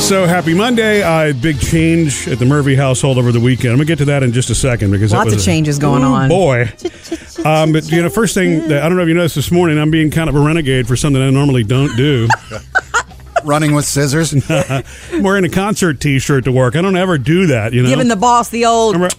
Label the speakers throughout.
Speaker 1: So happy Monday. Uh, big change at the Murphy household over the weekend. I'm going to get to that in just a second because that
Speaker 2: Lots
Speaker 1: was
Speaker 2: of
Speaker 1: a-
Speaker 2: changes going
Speaker 1: Ooh,
Speaker 2: on.
Speaker 1: Boy. Um, but, you know, first thing, that, I don't know if you noticed this morning, I'm being kind of a renegade for something I normally don't do.
Speaker 3: running with scissors.
Speaker 1: I'm wearing a concert t shirt to work. I don't ever do that, you know.
Speaker 2: Giving the boss the old.
Speaker 1: remember,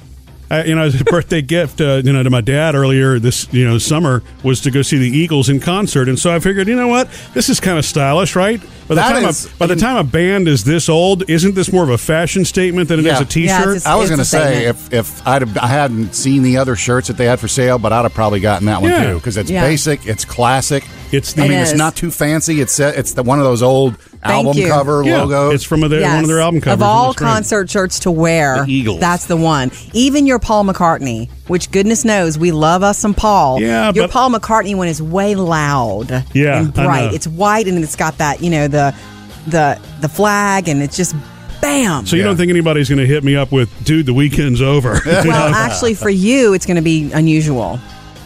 Speaker 1: I, you know, as a birthday gift, uh, you know, to my dad earlier this, you know, summer was to go see the Eagles in concert, and so I figured, you know what, this is kind of stylish, right? By the
Speaker 3: That
Speaker 1: time,
Speaker 3: is-
Speaker 1: a, by the time a band is this old, isn't this more of a fashion statement than it is
Speaker 3: Yeah.
Speaker 1: a T-shirt?
Speaker 2: Yeah, it's
Speaker 3: I
Speaker 2: a
Speaker 3: was going to say
Speaker 2: statement.
Speaker 3: if if I'd have, I hadn't seen the other shirts that they had for sale, but I'd have probably gotten that one
Speaker 1: Yeah.
Speaker 3: too because it's
Speaker 2: Yeah.
Speaker 3: basic, it's classic.
Speaker 1: It's the-
Speaker 3: I mean,
Speaker 2: It
Speaker 3: it's
Speaker 2: is.
Speaker 3: not too fancy. It's uh, it's the, one of those old album
Speaker 2: you.
Speaker 3: cover
Speaker 1: Yeah,
Speaker 3: logos.
Speaker 1: It's from a, their, one of their
Speaker 2: Yes.
Speaker 1: album covers.
Speaker 2: Of all
Speaker 1: That's great.
Speaker 2: concert shirts to wear,
Speaker 4: The Eagles.
Speaker 2: that's the one. Even your Paul McCartney, which goodness knows we love us some Paul.
Speaker 1: Yeah,
Speaker 2: your
Speaker 1: but-
Speaker 2: Paul McCartney one is way loud.
Speaker 1: Yeah,
Speaker 2: and
Speaker 1: I
Speaker 2: bright.
Speaker 1: know.
Speaker 2: It's white and it's got that you know the the the flag and it's just bam.
Speaker 1: So you don't
Speaker 3: Yeah.
Speaker 1: think anybody's going to hit me up with, dude, the weekend's over?
Speaker 2: well, actually, for you, it's going to be unusual.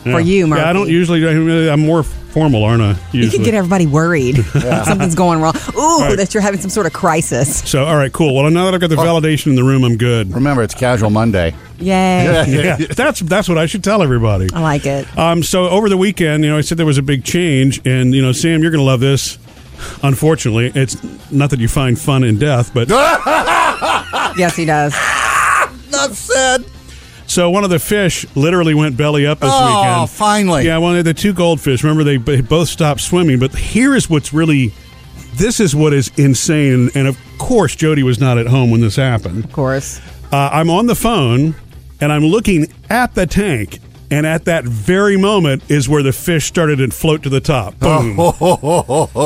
Speaker 2: For you, Murphy.
Speaker 1: Yeah, I don't usually. I'm more formal, aren't I?
Speaker 2: You
Speaker 1: Usually.
Speaker 2: could get everybody worried. Something's going wrong. Ooh,
Speaker 1: right.
Speaker 2: that you're having some sort of crisis.
Speaker 1: so all right, cool. Well, now that I've got the
Speaker 2: Oh.
Speaker 1: validation in the room, I'm good.
Speaker 3: Remember, it's Casual Monday.
Speaker 2: Yay.
Speaker 1: Yeah, that's that's what I should tell everybody.
Speaker 2: I like it.
Speaker 1: Um, so over the weekend, you know, I said there was a big change, and you know, Sam, you're going to love this. Unfortunately, it's not that you find fun in death, but
Speaker 2: Yes, he does.
Speaker 3: That's sad.
Speaker 1: so one of the fish literally went belly up this
Speaker 3: Oh,
Speaker 1: weekend.
Speaker 3: finally.
Speaker 1: Yeah, well, the two goldfish. Remember, they, they both stopped swimming. But here is what's really, this is what is insane. And of course, Jody was not at home when this happened.
Speaker 2: Of course.
Speaker 1: uh, I'm on the phone and I'm looking at the tank. And at that very moment is where the fish started to float to the top. Boom. and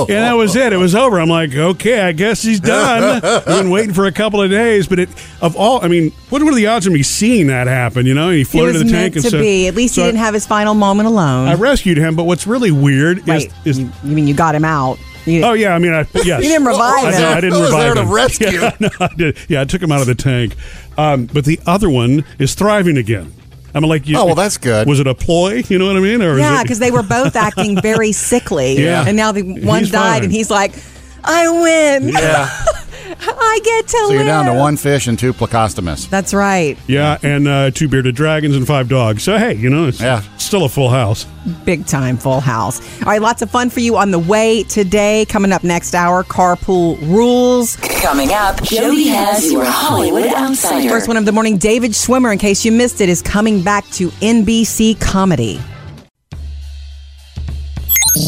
Speaker 1: that was it. It was over. I'm like, okay, I guess he's done. I've been waiting for a couple of days. But it, of all, I mean, what were the odds of me seeing that happen? You know, he
Speaker 2: He
Speaker 1: floated
Speaker 2: was
Speaker 1: to the tank.
Speaker 2: meant to
Speaker 1: and so,
Speaker 2: be. At least
Speaker 1: so
Speaker 2: he didn't have his final moment alone.
Speaker 1: I, I rescued him. But what's really weird
Speaker 2: Wait,
Speaker 1: is. is
Speaker 2: you, you mean you got him out? You-
Speaker 1: Oh yeah, I mean, I yes.
Speaker 2: You didn't revive
Speaker 1: I,
Speaker 2: him.
Speaker 1: know, I didn't
Speaker 3: I was
Speaker 1: revive
Speaker 3: there to
Speaker 1: him.
Speaker 3: rescue.
Speaker 1: Yeah, no, I did. Yeah, I took him out of the tank. Um, but the other one is thriving again. I'm like, you,
Speaker 3: Oh, well, that's good.
Speaker 1: Was it a ploy? You know what I mean? Or is
Speaker 2: Yeah,
Speaker 1: it-
Speaker 2: because they were both acting very sickly.
Speaker 1: Yeah.
Speaker 2: And now the one
Speaker 1: He's
Speaker 2: died,
Speaker 1: fine.
Speaker 2: and he's like, I win.
Speaker 3: Yeah.
Speaker 2: I get to
Speaker 3: so
Speaker 2: live.
Speaker 3: you're down to one fish and two placostomus.
Speaker 2: That's right.
Speaker 1: yeah, and uh, two bearded dragons and five dogs. So hey, you know, it's
Speaker 3: Yeah.
Speaker 1: still a full house.
Speaker 2: Big time full house. All right, lots of fun for you on the way today. Coming up next hour, carpool rules.
Speaker 5: Coming up, Jody has your Hollywood Outsider.
Speaker 2: First one of the morning, David Schwimmer, in case you missed it, is coming back to NBC Comedy.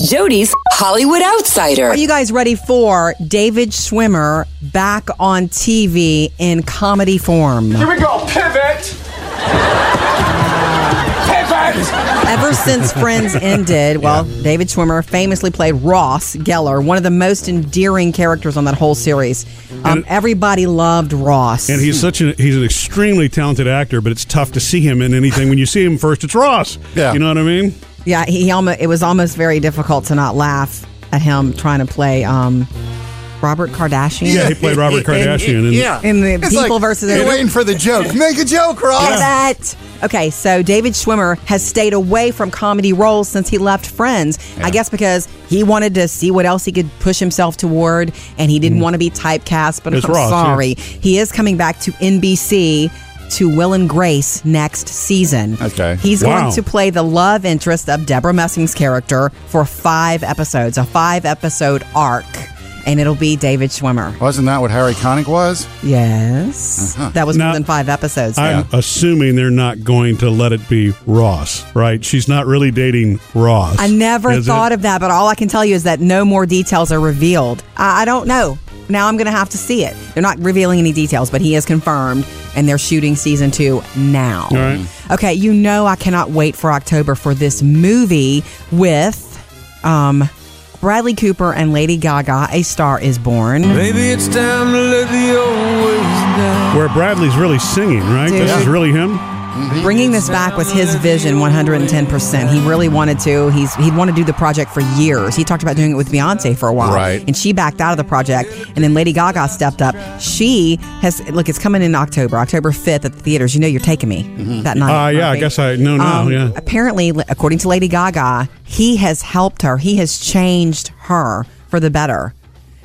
Speaker 5: Jody's Hollywood Outsider.
Speaker 2: Are you guys ready for David Schwimmer back on TV in comedy form?
Speaker 6: Here we go. Pivot. Pivot.
Speaker 2: Ever since Friends ended, well, David Schwimmer famously played Ross Geller, one of the most endearing characters on that whole series. Um, everybody loved Ross.
Speaker 1: And he's such an he's an extremely talented actor, but it's tough to see him in anything. When you see him first, it's Ross.
Speaker 3: Yeah.
Speaker 1: you know what I mean?
Speaker 2: yeah, he, almost it was almost very difficult to not laugh at him trying to play um, Robert Kardashian.
Speaker 1: Yeah, he played Robert Kardashian. and-
Speaker 2: In the
Speaker 3: It's
Speaker 2: people
Speaker 3: like,
Speaker 2: versus
Speaker 3: You're
Speaker 2: everyone.
Speaker 3: waiting for the joke. Make a joke, Ross.
Speaker 2: Get it. Okay, so David Schwimmer has stayed away from comedy roles since he left Friends. I guess because he wanted to see what else he could push himself toward, and he didn't want to be typecast. But
Speaker 1: It's
Speaker 2: I'm
Speaker 1: Mm. Ross, yeah.
Speaker 2: sorry, he is coming back to NBC to Will and Grace next season.
Speaker 3: Okay.
Speaker 2: he's
Speaker 1: Wow.
Speaker 2: going to play the love interest of Deborah Messing's character for five episodes, a five episode arc, and it'll be David Schwimmer.
Speaker 3: Wasn't that what Harry Connick was?
Speaker 2: Yes, that
Speaker 1: Uh-huh.
Speaker 2: was
Speaker 1: Now-
Speaker 2: more than five episodes.
Speaker 1: I'm assuming they're not going to let it be Ross, right? She's not really dating Ross.
Speaker 2: I never
Speaker 1: is
Speaker 2: thought
Speaker 1: it?
Speaker 2: of that, but all I can tell you is that no more details are revealed. I, I don't know. Now I'm going to have to see it. They're not revealing any details, but he is confirmed, and they're shooting season two now.
Speaker 1: All right.
Speaker 2: Okay, you know I cannot wait for October for this movie with um, Bradley Cooper and Lady Gaga. A Star is Born.
Speaker 7: Maybe it's time to let the old ways down.
Speaker 1: Where Bradley's really singing, right? This
Speaker 2: Dude.
Speaker 1: is really him.
Speaker 2: Bringing this back was his vision, 110%. He really wanted to. He's he'd wanted to do the project for years. He talked about doing it with Beyonce for a while,
Speaker 3: Right.
Speaker 2: And she backed out of the project, and then Lady Gaga stepped up. She has look. It's coming in October, October 5th at the theaters. You know, you're taking me that night.
Speaker 1: Uh, yeah, I
Speaker 2: Murphy.
Speaker 1: guess I know now.
Speaker 2: Um,
Speaker 1: yeah.
Speaker 2: Apparently, li- according to Lady Gaga, he has helped her. He has changed her for the better.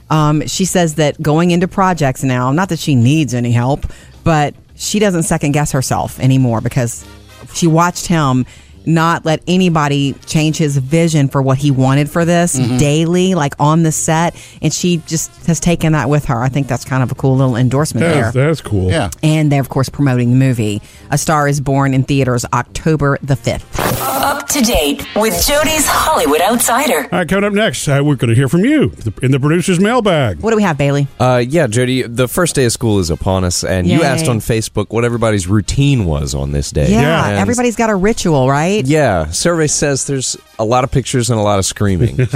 Speaker 2: Um, she says that going into projects now, not that she needs any help, but she doesn't second guess herself anymore because she watched him not let anybody change his vision for what he wanted for this daily, like on the set. And she just has taken that with her. I think that's kind of a cool little endorsement there.
Speaker 1: That's, that's cool.
Speaker 3: Yeah.
Speaker 2: And they're, of course, promoting the movie. A Star is Born in theaters October the 5th.
Speaker 5: Up to date with Jody's Hollywood Outsider.
Speaker 1: All right, coming up next, uh, we're going to hear from you in the producer's mailbag.
Speaker 2: What do we have, Bailey?
Speaker 4: Uh, yeah, Jody, the first day of school is upon us, and you
Speaker 2: Yay.
Speaker 4: asked on Facebook what everybody's routine was on this day.
Speaker 2: yeah,
Speaker 4: And-
Speaker 2: everybody's got a ritual, right?
Speaker 4: Yeah, survey says there's a lot of pictures and a lot of screaming.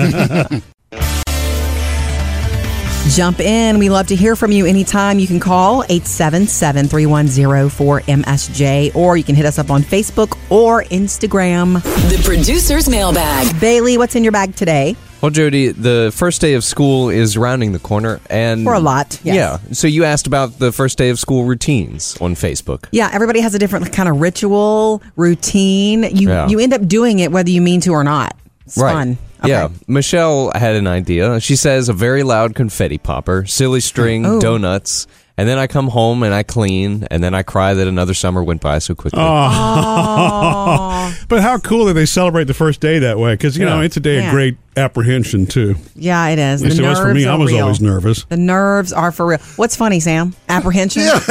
Speaker 2: Jump in. We love to hear from you anytime. You can call 877 310 4MSJ or you can hit us up on Facebook or Instagram.
Speaker 5: The producer's mailbag.
Speaker 2: Bailey, what's in your bag today?
Speaker 4: well, Jody, the first day of school is rounding the corner, and
Speaker 2: For a lot, yes.
Speaker 4: Yeah. So you asked about the first day of school routines on Facebook.
Speaker 2: Yeah, everybody has a different kind of ritual, routine. You
Speaker 4: Yeah.
Speaker 2: you end up doing it whether you mean to or not. It's fun. Okay.
Speaker 4: Yeah. Michelle had an idea. She says a very loud confetti popper, silly string,
Speaker 2: Oh.
Speaker 4: donuts, and then I come home and I clean, and then I cry that another summer went by so quickly.
Speaker 1: But how cool that they celebrate the first day that way? Because, you know,
Speaker 4: Yeah.
Speaker 1: it's a day
Speaker 2: Yeah.
Speaker 1: of great apprehension, too.
Speaker 2: Yeah, it is.
Speaker 1: Yes,
Speaker 2: the
Speaker 1: it was
Speaker 2: nerves
Speaker 1: for me. I
Speaker 2: are
Speaker 1: was
Speaker 2: real.
Speaker 1: always nervous.
Speaker 2: The nerves are for real. What's funny, Sam? Apprehension?
Speaker 3: It's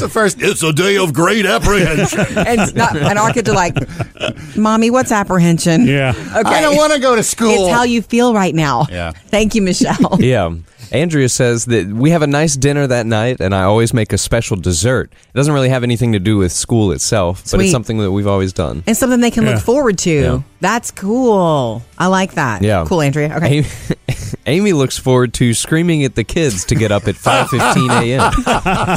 Speaker 3: the first. It's a day of great apprehension.
Speaker 2: and it's not and our kids are like, Mommy, what's apprehension?
Speaker 1: Yeah.
Speaker 2: Okay.
Speaker 3: I don't want to go to school.
Speaker 2: It's how you feel right now.
Speaker 3: Yeah.
Speaker 2: Thank you, Michelle.
Speaker 4: Yeah. Andrea says that we have a nice dinner that night, and I always make a special dessert. It doesn't really have anything to do with school itself, but
Speaker 2: Sweet.
Speaker 4: it's something that we've always done.
Speaker 2: and something they can
Speaker 1: Yeah.
Speaker 2: look forward to.
Speaker 4: Yeah.
Speaker 2: That's cool. I like that.
Speaker 4: Yeah.
Speaker 2: Cool, Andrea. Okay.
Speaker 4: Amy, Amy looks forward to screaming at the kids to get up at 5:15 a.m.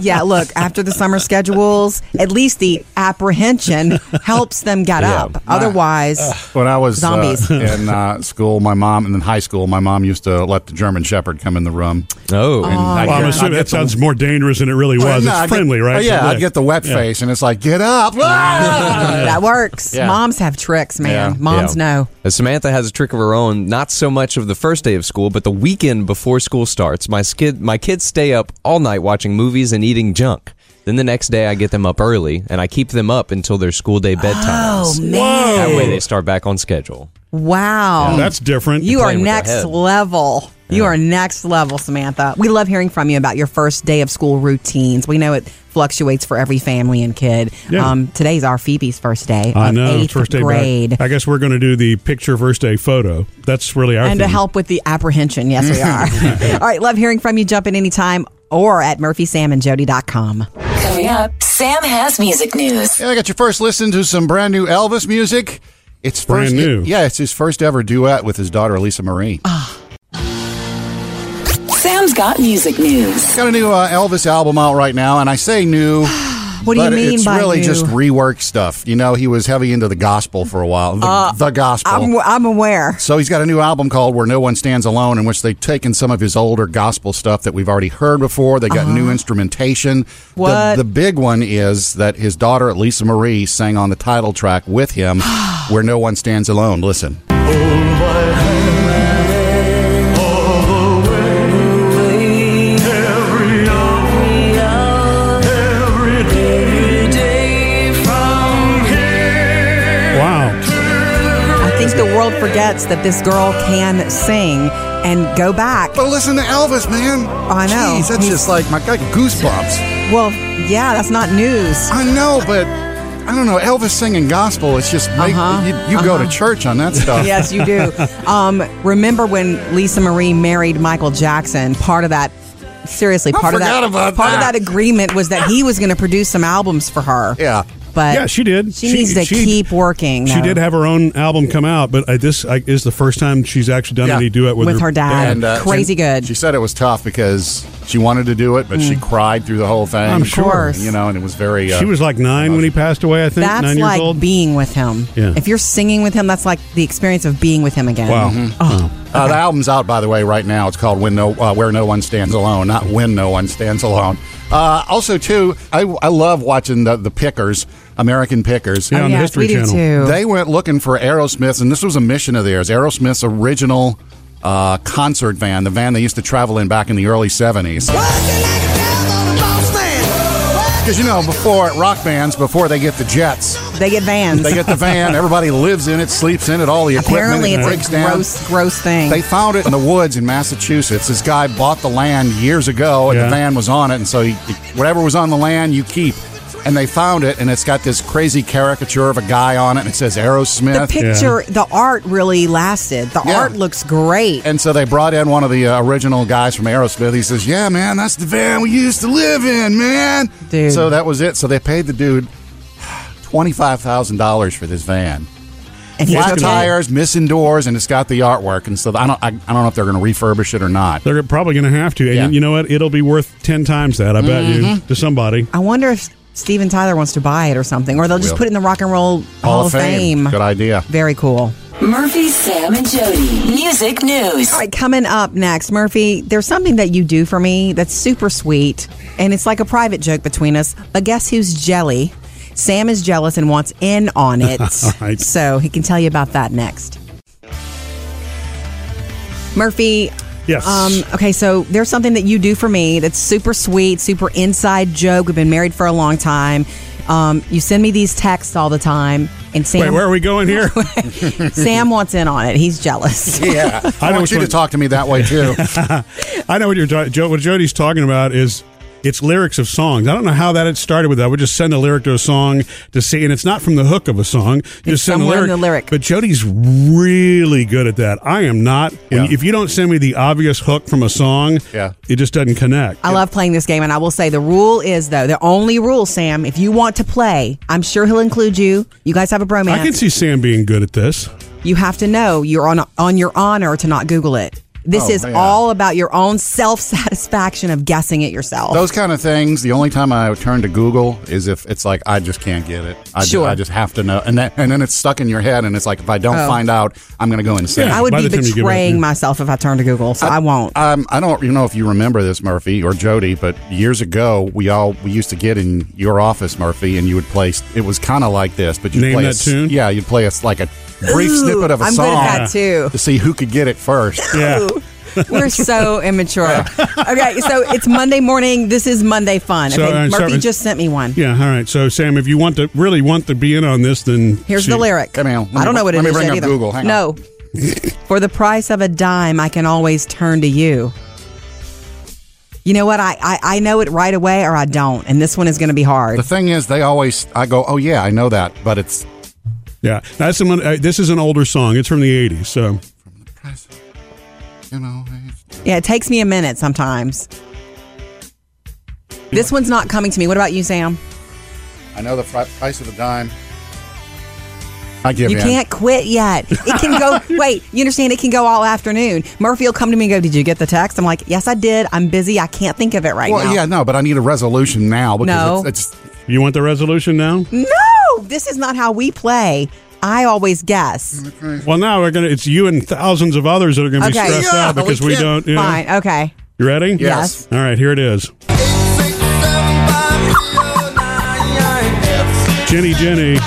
Speaker 2: yeah, look, after the summer schedules, at least the apprehension helps them get
Speaker 4: Yeah.
Speaker 2: up. Otherwise,
Speaker 3: When I was uh,
Speaker 2: Zombies.
Speaker 3: in uh, school, my mom, and then high school, my mom used to let the German Shepherd come in the room.
Speaker 4: Oh,
Speaker 3: And I'd
Speaker 1: Well, I'm
Speaker 3: get-
Speaker 1: assuming
Speaker 3: I'd
Speaker 1: that
Speaker 3: get the-
Speaker 1: sounds more dangerous than it really was.
Speaker 3: No, I'd
Speaker 1: it's
Speaker 3: get-
Speaker 1: friendly, right?
Speaker 3: Oh, yeah,
Speaker 1: So
Speaker 3: I'd get the wet
Speaker 1: yeah.
Speaker 3: face, and it's like, get up. Ah!
Speaker 2: that works.
Speaker 3: Yeah.
Speaker 2: Moms have tricks, man.
Speaker 3: Yeah.
Speaker 2: Moms
Speaker 4: Yeah.
Speaker 2: know.
Speaker 4: Uh, Samantha has a trick of her own, not so much of the first day of school, but the weekend before school starts. My skid, my kids stay up all night watching movies and eating junk. Then the next day, I get them up early and I keep them up until their school day
Speaker 2: Oh,
Speaker 4: bedtimes.
Speaker 1: Whoa.
Speaker 4: That way, they start back on schedule.
Speaker 2: Wow.
Speaker 1: That's different.
Speaker 2: You are
Speaker 4: playing with their
Speaker 2: next
Speaker 4: head.
Speaker 2: level. You are next level, Samantha. We love hearing from you about your first day of school routines. We know it fluctuates for every family and kid.
Speaker 1: Yeah.
Speaker 2: Um, today's our Phoebe's first day.
Speaker 1: I
Speaker 2: of
Speaker 1: know.
Speaker 2: Eighth
Speaker 1: First day back.
Speaker 2: grade.
Speaker 1: I guess we're going to do the picture first day photo. That's really our
Speaker 2: And to
Speaker 1: thing.
Speaker 2: help with the apprehension. Yes, we are. All right. Love hearing from you. Jump in anytime or at murphysamandjody.com.
Speaker 5: Coming up, Sam has music news.
Speaker 3: And I got your first listen to some brand new Elvis music. It's
Speaker 1: Brand
Speaker 3: first,
Speaker 1: new.
Speaker 3: yeah, it's his first ever duet with his daughter Lisa Marie.
Speaker 2: Ah.
Speaker 5: Sam's got music news.
Speaker 3: Got a new uh, Elvis album out right now, and I say new.
Speaker 2: What do you
Speaker 3: but
Speaker 2: mean
Speaker 3: it's
Speaker 2: by
Speaker 3: really
Speaker 2: new?
Speaker 3: just rework stuff. You know, he was heavy into the gospel for a while. The, the gospel.
Speaker 2: Uh,
Speaker 1: Oh.
Speaker 2: I'm, I'm aware.
Speaker 3: so he's got a new album called Where No One Stands Alone, in which they've taken some of his older gospel stuff that we've already heard before. They got new instrumentation.
Speaker 2: Uh-huh. What?
Speaker 3: The, the big one is that his daughter Lisa Marie sang on the title track with him, Where No One Stands Alone. Listen.
Speaker 1: Wow.
Speaker 2: I think the world forgets that this girl can sing and go back.
Speaker 3: But listen to Elvis, man.
Speaker 2: Oh, I know.
Speaker 3: Jeez, that's
Speaker 2: He's-
Speaker 3: just like my I got goosebumps.
Speaker 2: Well, yeah, that's not news.
Speaker 3: I know, but I don't know. Elvis singing gospel, it's just make,
Speaker 2: Uh-huh,
Speaker 3: you, you go to church on that stuff.
Speaker 2: yes, you do. Um, remember when Lisa Marie married Michael Jackson? Part of that, seriously,
Speaker 3: I
Speaker 2: part of that,
Speaker 3: forgot about
Speaker 2: part of
Speaker 3: that.
Speaker 2: that agreement was that he was going to produce some albums for her.
Speaker 3: Yeah.
Speaker 2: but
Speaker 1: Yeah, she did.
Speaker 2: She, needs to keep working.
Speaker 1: She
Speaker 2: though,
Speaker 1: did have her own album come out, but I, this I, is the first time she's actually done
Speaker 3: Yeah.
Speaker 1: any duet with,
Speaker 2: with her dad. Crazy
Speaker 3: uh, she-
Speaker 2: good. Mm.
Speaker 3: She said it was tough because she wanted to do it, but she cried through the whole thing.
Speaker 1: I'm Of sure.
Speaker 2: course.
Speaker 3: You know, and it was very. Uh,
Speaker 1: She was like nine when he passed away, I think.
Speaker 2: that's
Speaker 1: nine years
Speaker 2: like
Speaker 1: old.
Speaker 2: being with him.
Speaker 1: Yeah.
Speaker 2: If you're singing with him, that's like the experience of being with him again.
Speaker 1: wow.
Speaker 2: Mm-hmm.
Speaker 3: Uh, the album's out, by the way, right now. It's called "When No uh, Where No One Stands Alone," not "When No One Stands Alone." Uh, also, too, I, I love watching the, the Pickers, American Pickers.
Speaker 1: Yeah, on the
Speaker 2: yes,
Speaker 1: History
Speaker 2: we do
Speaker 1: Channel.
Speaker 2: too.
Speaker 3: They went looking for Aerosmith's, and this was a mission of theirs. Aerosmith's original uh, concert van, the van they used to travel in back in the early 70s. Because, you know, before rock bands, before they get the jets,
Speaker 2: They get vans.
Speaker 3: they get the van, everybody lives in it, sleeps in it, all the equipment
Speaker 2: Apparently,
Speaker 3: it
Speaker 2: it's
Speaker 3: breaks
Speaker 2: a
Speaker 3: down.
Speaker 2: gross, gross thing.
Speaker 3: They found it in the woods in Massachusetts. This guy bought the land years ago, and
Speaker 1: Yeah.
Speaker 3: the van was on it. And so, he, whatever was on the land, you keep. And they found it, and it's got this crazy caricature of a guy on it, and it says
Speaker 2: the
Speaker 3: Aerosmith.
Speaker 2: picture, the art really lasted. The
Speaker 3: Yeah.
Speaker 2: art looks great.
Speaker 3: and so they brought in one of the uh, original guys from Aerosmith. He says, "Yeah, man, that's the van we used to live in, man."
Speaker 2: Dude.
Speaker 3: So that was it. So they paid the dude twenty five thousand dollars for this van.
Speaker 2: and he's
Speaker 3: Flat
Speaker 2: okay.
Speaker 3: tires, missing doors, and it's got the artwork. And so I don't, I, I don't know if they're going to refurbish it or not.
Speaker 1: They're probably going to have to. And
Speaker 3: Yeah.
Speaker 1: you know what? It'll be worth 10 times that, I bet you,
Speaker 2: Mm-hmm.
Speaker 1: to somebody.
Speaker 2: I wonder if Steven Tyler wants to buy it or something, or they'll just
Speaker 3: Will.
Speaker 2: put it in the Rock and Roll Hall, of Fame.
Speaker 3: Good idea.
Speaker 2: Very cool.
Speaker 5: Murphy, Sam, and Jody. Music news.
Speaker 2: All right, coming up next, Murphy, there's something that you do for me that's super sweet, and it's like a private joke between us. But guess who's jelly? Sam is jealous and wants in on it.
Speaker 1: All right.
Speaker 2: So he can tell you about that next. Murphy,
Speaker 1: Yes.
Speaker 2: um, okay, so there's something that you do for me that's super sweet, super inside joke. We've been married for a long time. Um, you send me these texts all the time, and Sam
Speaker 1: Wait, where are we going here?
Speaker 2: Sam wants in on it. He's jealous.
Speaker 3: Yeah, I,
Speaker 1: know
Speaker 3: want
Speaker 1: which
Speaker 3: you
Speaker 1: one-
Speaker 3: to talk to me that way too.
Speaker 1: I know what you're talking. Jo- what Jody's talking about is it's lyrics of songs. I don't know how that it started with. I would just send a lyric to a song to see, and it's not from the hook of a song. You just send a
Speaker 2: somewhere
Speaker 1: lyric.
Speaker 2: in the lyric.
Speaker 1: But Jody's really good at that. I am not. And
Speaker 3: Yeah.
Speaker 1: if you don't send me the obvious hook from a song,
Speaker 3: Yeah.
Speaker 1: it just doesn't connect.
Speaker 2: I love playing this game, and I will say the rule is though the only rule, Sam. If you want to play, I'm sure he'll include you. You guys have a bromance.
Speaker 1: I can see Sam being good at this.
Speaker 2: you have to know you're on on your honor to not Google it. This
Speaker 3: Oh,
Speaker 2: is
Speaker 3: yeah.
Speaker 2: all about your own self satisfaction of guessing it yourself.
Speaker 3: Those kind of things. The only time I turn to Google is if it's like I just can't get it. I, ju-
Speaker 2: Sure. Oh.
Speaker 3: I just have to know, and that, and then it's stuck in your head, and it's like if I don't find out, I'm going to go insane.
Speaker 1: Yeah.
Speaker 2: I would
Speaker 1: By the
Speaker 2: be
Speaker 1: time you give it up,
Speaker 2: betraying
Speaker 1: yeah.
Speaker 2: myself if I turn to Google, so I, won't.
Speaker 3: Um, I don't you know if you remember this, Murphy or Jody, but years ago we all we used to get in your office, Murphy, and you would play. It was kind of like this, but you
Speaker 1: Name
Speaker 3: play
Speaker 1: that
Speaker 3: a s-
Speaker 1: tune?
Speaker 3: Yeah, you'd play us like a brief
Speaker 2: Ooh,
Speaker 3: snippet of a
Speaker 2: I'm good
Speaker 3: song
Speaker 2: at that, too.
Speaker 3: to see who could get it first.
Speaker 1: Yeah.
Speaker 2: We're so immature. okay, so it's Monday morning. This is Monday fun.
Speaker 1: So,
Speaker 2: okay,
Speaker 1: uh,
Speaker 2: Murphy
Speaker 1: so-
Speaker 2: just sent me one.
Speaker 1: Yeah. All right. So Sam, if you want to really want to be in on this, then
Speaker 2: Here's
Speaker 1: she-
Speaker 2: the lyric.
Speaker 3: Come here, let me-
Speaker 2: I don't know what it
Speaker 3: let
Speaker 2: is
Speaker 3: me bring
Speaker 2: yet
Speaker 3: up
Speaker 2: either.
Speaker 3: Google. Hang on.
Speaker 2: no. For the price of a dime, I can always turn to you. You know what? I, I, I know it right away or I don't. And this one is going to be hard.
Speaker 3: The thing is, they always I go, oh yeah, I know that, but it's
Speaker 1: Yeah, that's the one. Uh, this is an older song. It's from the '80s. So
Speaker 3: you know. it's-
Speaker 2: Yeah, it takes me a minute sometimes. This one's not coming to me. What about you, Sam?
Speaker 3: I know the fri- price of a dime. I give
Speaker 2: You
Speaker 3: in.
Speaker 2: can't quit yet. It can go. wait, you understand? It can go all afternoon. Murphy will come to me and go, "Did you get the text?" I'm like, "Yes, I did. I'm busy. I can't think of it right
Speaker 3: Well,
Speaker 2: now."
Speaker 3: yeah, no, but I need a resolution now because
Speaker 2: No.
Speaker 3: it's, it's
Speaker 1: you want the resolution now?
Speaker 2: No, this is not how we play. I always guess.
Speaker 1: Well, now we're gonna. It's you and thousands of others that are gonna be
Speaker 2: Okay.
Speaker 1: stressed
Speaker 3: Yeah,
Speaker 1: out
Speaker 3: we
Speaker 1: because we,
Speaker 3: can't-
Speaker 1: don't. You, know.
Speaker 2: Fine. Okay.
Speaker 1: you ready?
Speaker 3: Yes.
Speaker 1: All right. Here it is. Jenny, Jenny,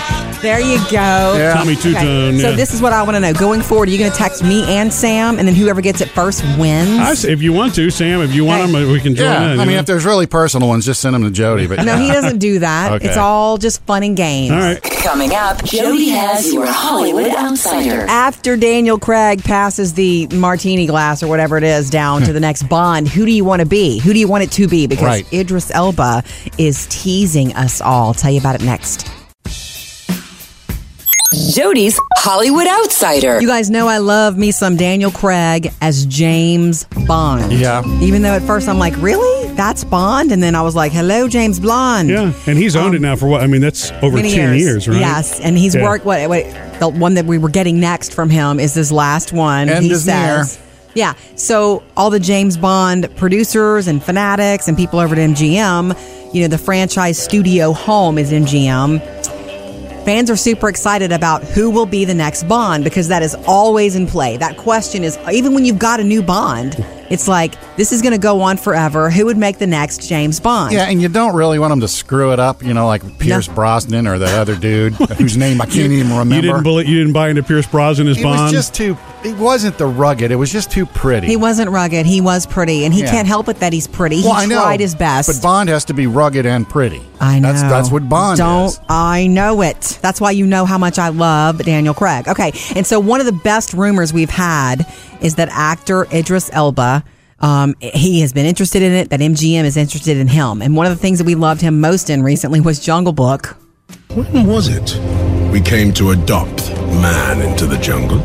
Speaker 2: There you go.
Speaker 1: Tommy Two Tone.
Speaker 2: So this is what I want to know. Going forward, are you going to text me and Sam, and then whoever gets it first wins?
Speaker 1: I, s- if you want to, Sam, if you want
Speaker 2: Okay.
Speaker 1: them, we can join
Speaker 3: yeah.
Speaker 1: in.
Speaker 3: I
Speaker 1: you
Speaker 3: mean,
Speaker 1: know?
Speaker 3: if there's really personal ones, just send them to Jody. But
Speaker 2: no, he doesn't do that.
Speaker 3: Okay.
Speaker 2: It's all just fun and games.
Speaker 1: All right.
Speaker 5: Coming up, Jody has your Hollywood Outsider.
Speaker 2: After Daniel Craig passes the martini glass or whatever it is down to the next Bond, who do you want to be? Who do you want it to be? Because
Speaker 3: Hmm. Right.
Speaker 2: Idris Elba is teasing us all. tell you about it next.
Speaker 5: Jody's Hollywood Outsider.
Speaker 2: You guys know I love me some Daniel Craig as James Bond.
Speaker 3: Yeah.
Speaker 2: Even though at first I'm like, really? That's Bond? And then I was like, hello, James Blonde.
Speaker 1: Yeah, and he's owned it now for what? I mean, that's over
Speaker 2: Um, Many
Speaker 1: ten years, right?
Speaker 2: Yes. And he's
Speaker 1: Yeah.
Speaker 2: worked, what, what, the one that we were getting next from him is this last one.
Speaker 3: End
Speaker 2: he
Speaker 3: is near.
Speaker 2: says. Yeah. So all the James Bond producers and fanatics and people over at MGM, you know, the franchise studio home is MGM. Fans are super excited about who will be the next Bond because that is always in play. That question is even when you've got a new Bond, it's like this is going to go on forever. Who would make the next James Bond?
Speaker 3: Yeah, and you don't really want them to screw it up, you know, like Pierce Brosnan or that other dude whose name I can't even remember.
Speaker 1: You didn't bullet. You didn't buy into Pierce Brosnan as
Speaker 3: he
Speaker 1: Bond.
Speaker 3: was just too. it wasn't the rugged. It was just too pretty.
Speaker 2: He wasn't rugged. He was pretty, and he
Speaker 3: Yeah.
Speaker 2: can't help it that he's pretty.
Speaker 3: well,
Speaker 2: he
Speaker 3: I know,
Speaker 2: tried his best.
Speaker 3: But Bond has to be rugged and pretty.
Speaker 2: I know.
Speaker 3: That's, that's what Bond
Speaker 2: Don't
Speaker 3: is.
Speaker 2: I know it. That's why you know how much I love Daniel Craig. Okay. And so one of the best rumors we've had is that actor Idris Elba um, he has been interested in it, that MGM is interested in him. And one of the things that we loved him most in recently was Jungle Book.
Speaker 8: When was it? We came to adopt man into the jungle.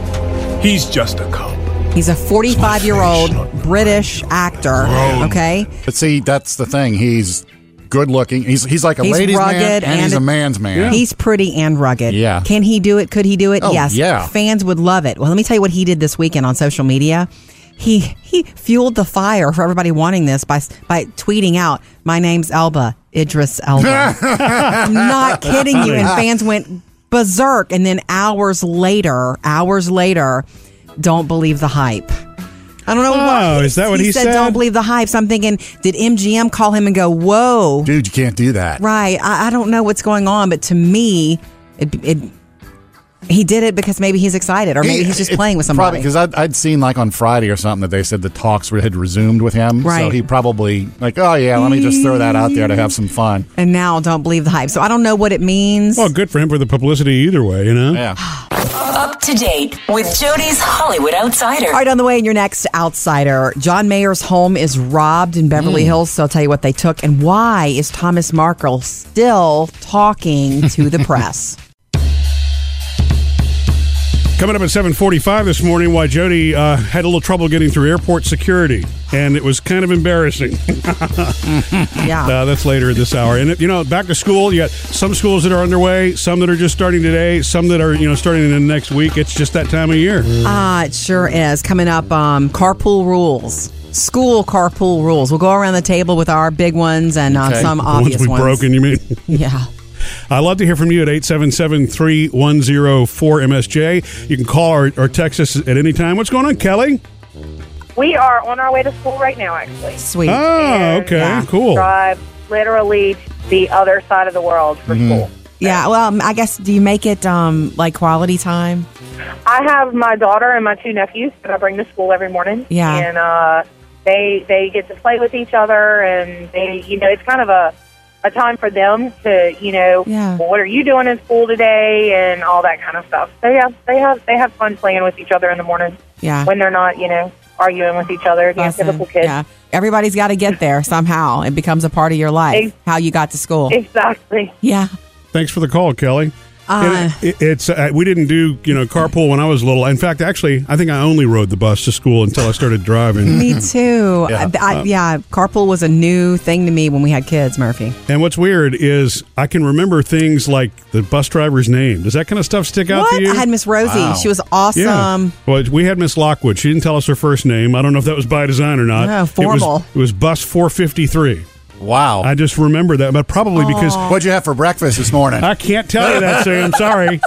Speaker 6: He's just a cop.
Speaker 2: He's a 45 year old British actor. Okay.
Speaker 3: But see, that's the thing. He's good looking. He's he's like a
Speaker 2: He's
Speaker 3: ladies'
Speaker 2: rugged
Speaker 3: man, and,
Speaker 2: and
Speaker 3: he's a man's man.
Speaker 2: He's pretty and rugged.
Speaker 3: Yeah.
Speaker 2: Can he do it? Could he do it?
Speaker 3: Oh,
Speaker 2: yes.
Speaker 3: yeah.
Speaker 2: Fans would love it. Well, let me tell you what he did this weekend on social media. He he fueled the fire for everybody wanting this by by tweeting out, "My name's Elba Idris Elba." I'm not kidding you. And fans went berserk. And then hours later, hours later, don't believe the hype. I don't know why.
Speaker 1: Oh, is that what he
Speaker 2: said?
Speaker 1: said?
Speaker 2: Don't believe the hype. So I'm thinking, did MGM call him and go, "Whoa,
Speaker 3: Dude, you can't do that.
Speaker 2: Right. I, I don't know what's going on, but to me, it, it he did it because maybe he's excited, or maybe he's just
Speaker 3: It-
Speaker 2: playing with somebody.
Speaker 3: Probably because I'd, I'd seen like on Friday or something that they said the talks were, had resumed with him. So
Speaker 2: Right.
Speaker 3: he probably like, oh yeah, let me just throw that out there to have some fun.
Speaker 2: and now don't believe the hype. So I don't know what it means.
Speaker 1: Well, good for him for the publicity either way, you know?
Speaker 3: Yeah.
Speaker 5: Up to date with Jody's Hollywood Outsider.
Speaker 2: All right, on the way in your next outsider, John Mayer's home is robbed in Beverly Hills. So I'll tell you what they took and why is Thomas Markle still talking to the press?
Speaker 1: Coming up at 7:45 this morning, why Jody uh, had a little trouble getting through airport security, and it was kind of embarrassing.
Speaker 2: Yeah.
Speaker 1: Uh, that's later this hour. And you know, back to school. You got some schools that are underway, some that are just starting today, some that are you know starting in the next week. It's just that time of year.
Speaker 2: Ah, it sure is. Coming up, um, carpool rules. School carpool rules. We'll go around the table with our big ones and uh, some
Speaker 1: Once
Speaker 2: obvious
Speaker 1: we've broken, you mean?
Speaker 2: Yeah.
Speaker 1: I'd love to hear from you at 877-310-4MSJ. You can call or, or text us at any time. What's going on, Kelly?
Speaker 9: We are on our way to school right now, actually.
Speaker 2: Sweet.
Speaker 1: Oh,
Speaker 9: And
Speaker 1: okay,
Speaker 9: yeah,
Speaker 1: cool.
Speaker 9: Drive literally to the other side of the world for school.
Speaker 2: Yeah, well, um, I guess do you make it um like quality time?
Speaker 9: I have my daughter and my two nephews that I bring to school every morning.
Speaker 2: Yeah.
Speaker 9: And uh, they they get to play with each other, and they you know it's kind of a a time for them to you know
Speaker 2: Yeah.
Speaker 9: well, what are you doing in school today and all that kind of stuff. So yeah, they have they have fun playing with each other in the morning
Speaker 2: Yeah.
Speaker 9: when they're not you know arguing with each other. Yeah,
Speaker 2: Awesome.
Speaker 9: typical kids.
Speaker 2: Yeah. Everybody's got to get there somehow. It becomes a part of your life.
Speaker 9: Ex-
Speaker 2: How you got to school.
Speaker 9: Exactly.
Speaker 2: Yeah.
Speaker 1: Thanks for the call, Kelly. And it- it- it's uh, we didn't do you know carpool when I was little. In fact, actually, I think I only rode the bus to school until I started driving.
Speaker 2: Me too. Yeah. I, I, yeah. Carpool was a new thing to me when we had kids, Murphy.
Speaker 1: and what's weird is I can remember things like the bus driver's name. Does that kind of stuff stick out
Speaker 2: What?
Speaker 1: to you?
Speaker 2: I had Miss Rosie.
Speaker 3: Wow.
Speaker 2: She was awesome.
Speaker 1: yeah. Well, we had Miss Lockwood. She didn't tell us her first name. I don't know if that was by design or not.
Speaker 2: No,
Speaker 1: It
Speaker 2: Oh, formal.
Speaker 1: was, it was bus 453.
Speaker 3: Wow.
Speaker 1: I just remember that, but probably because
Speaker 3: What'd you have for breakfast this morning?
Speaker 1: I can't tell you that, Sam. I'm sorry.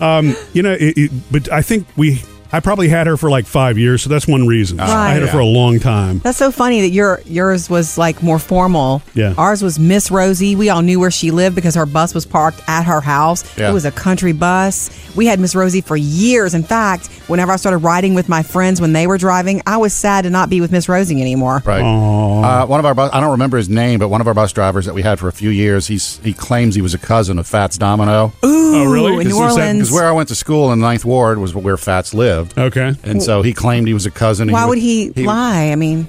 Speaker 1: Um, you know, it, it, but I think we. I probably had her for like five years, so that's one reason. I had her
Speaker 3: Right.
Speaker 1: for a long time.
Speaker 2: That's so funny that your yours was like more formal.
Speaker 1: Yeah.
Speaker 2: Ours was Miss Rosie. We all knew where she lived because her bus was parked at her house.
Speaker 3: Yeah.
Speaker 2: It was a country bus. We had Miss Rosie for years. In fact, whenever I started riding with my friends when they were driving, I was sad to not be with Miss Rosie anymore.
Speaker 3: Right.
Speaker 1: Oh.
Speaker 3: Uh, one of our bus, I don't remember his name, but one of our bus drivers that we had for a few years, he's, he claims he was a cousin of Fats Domino.
Speaker 1: oh,
Speaker 2: Ooh,
Speaker 1: really?
Speaker 2: in New
Speaker 1: Is that-
Speaker 2: Orleans.
Speaker 3: Because where I went to school in the Ninth Ward was where Fats lived.
Speaker 1: Okay.
Speaker 3: And so he claimed he was a cousin. and
Speaker 2: Why would he, lie? I mean,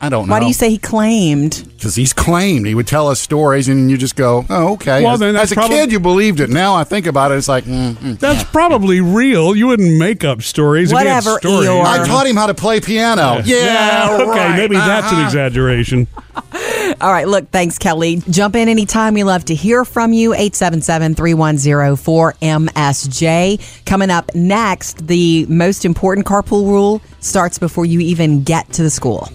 Speaker 3: I don't know.
Speaker 2: why do you say he claimed?
Speaker 3: Because he's claimed he would tell us stories, and you just go, "Oh, okay."
Speaker 1: Well,
Speaker 3: as,
Speaker 1: then that's
Speaker 3: as a
Speaker 1: probably-
Speaker 3: kid, you believed it. Now I think about it, it's like mm, mm.
Speaker 1: That's probably real. You wouldn't make up stories. If you had
Speaker 2: Whatever,
Speaker 1: stories-
Speaker 2: Eeyore.
Speaker 3: I taught him how to play piano. Yeah,
Speaker 1: okay.
Speaker 3: right.
Speaker 1: Maybe that's an
Speaker 3: Uh-huh.
Speaker 1: exaggeration.
Speaker 2: All right, look, thanks, Kelly. Jump in anytime. We love to hear from you. 877-310-4MSJ. Coming up next, the most important carpool rule starts before you even get to the school.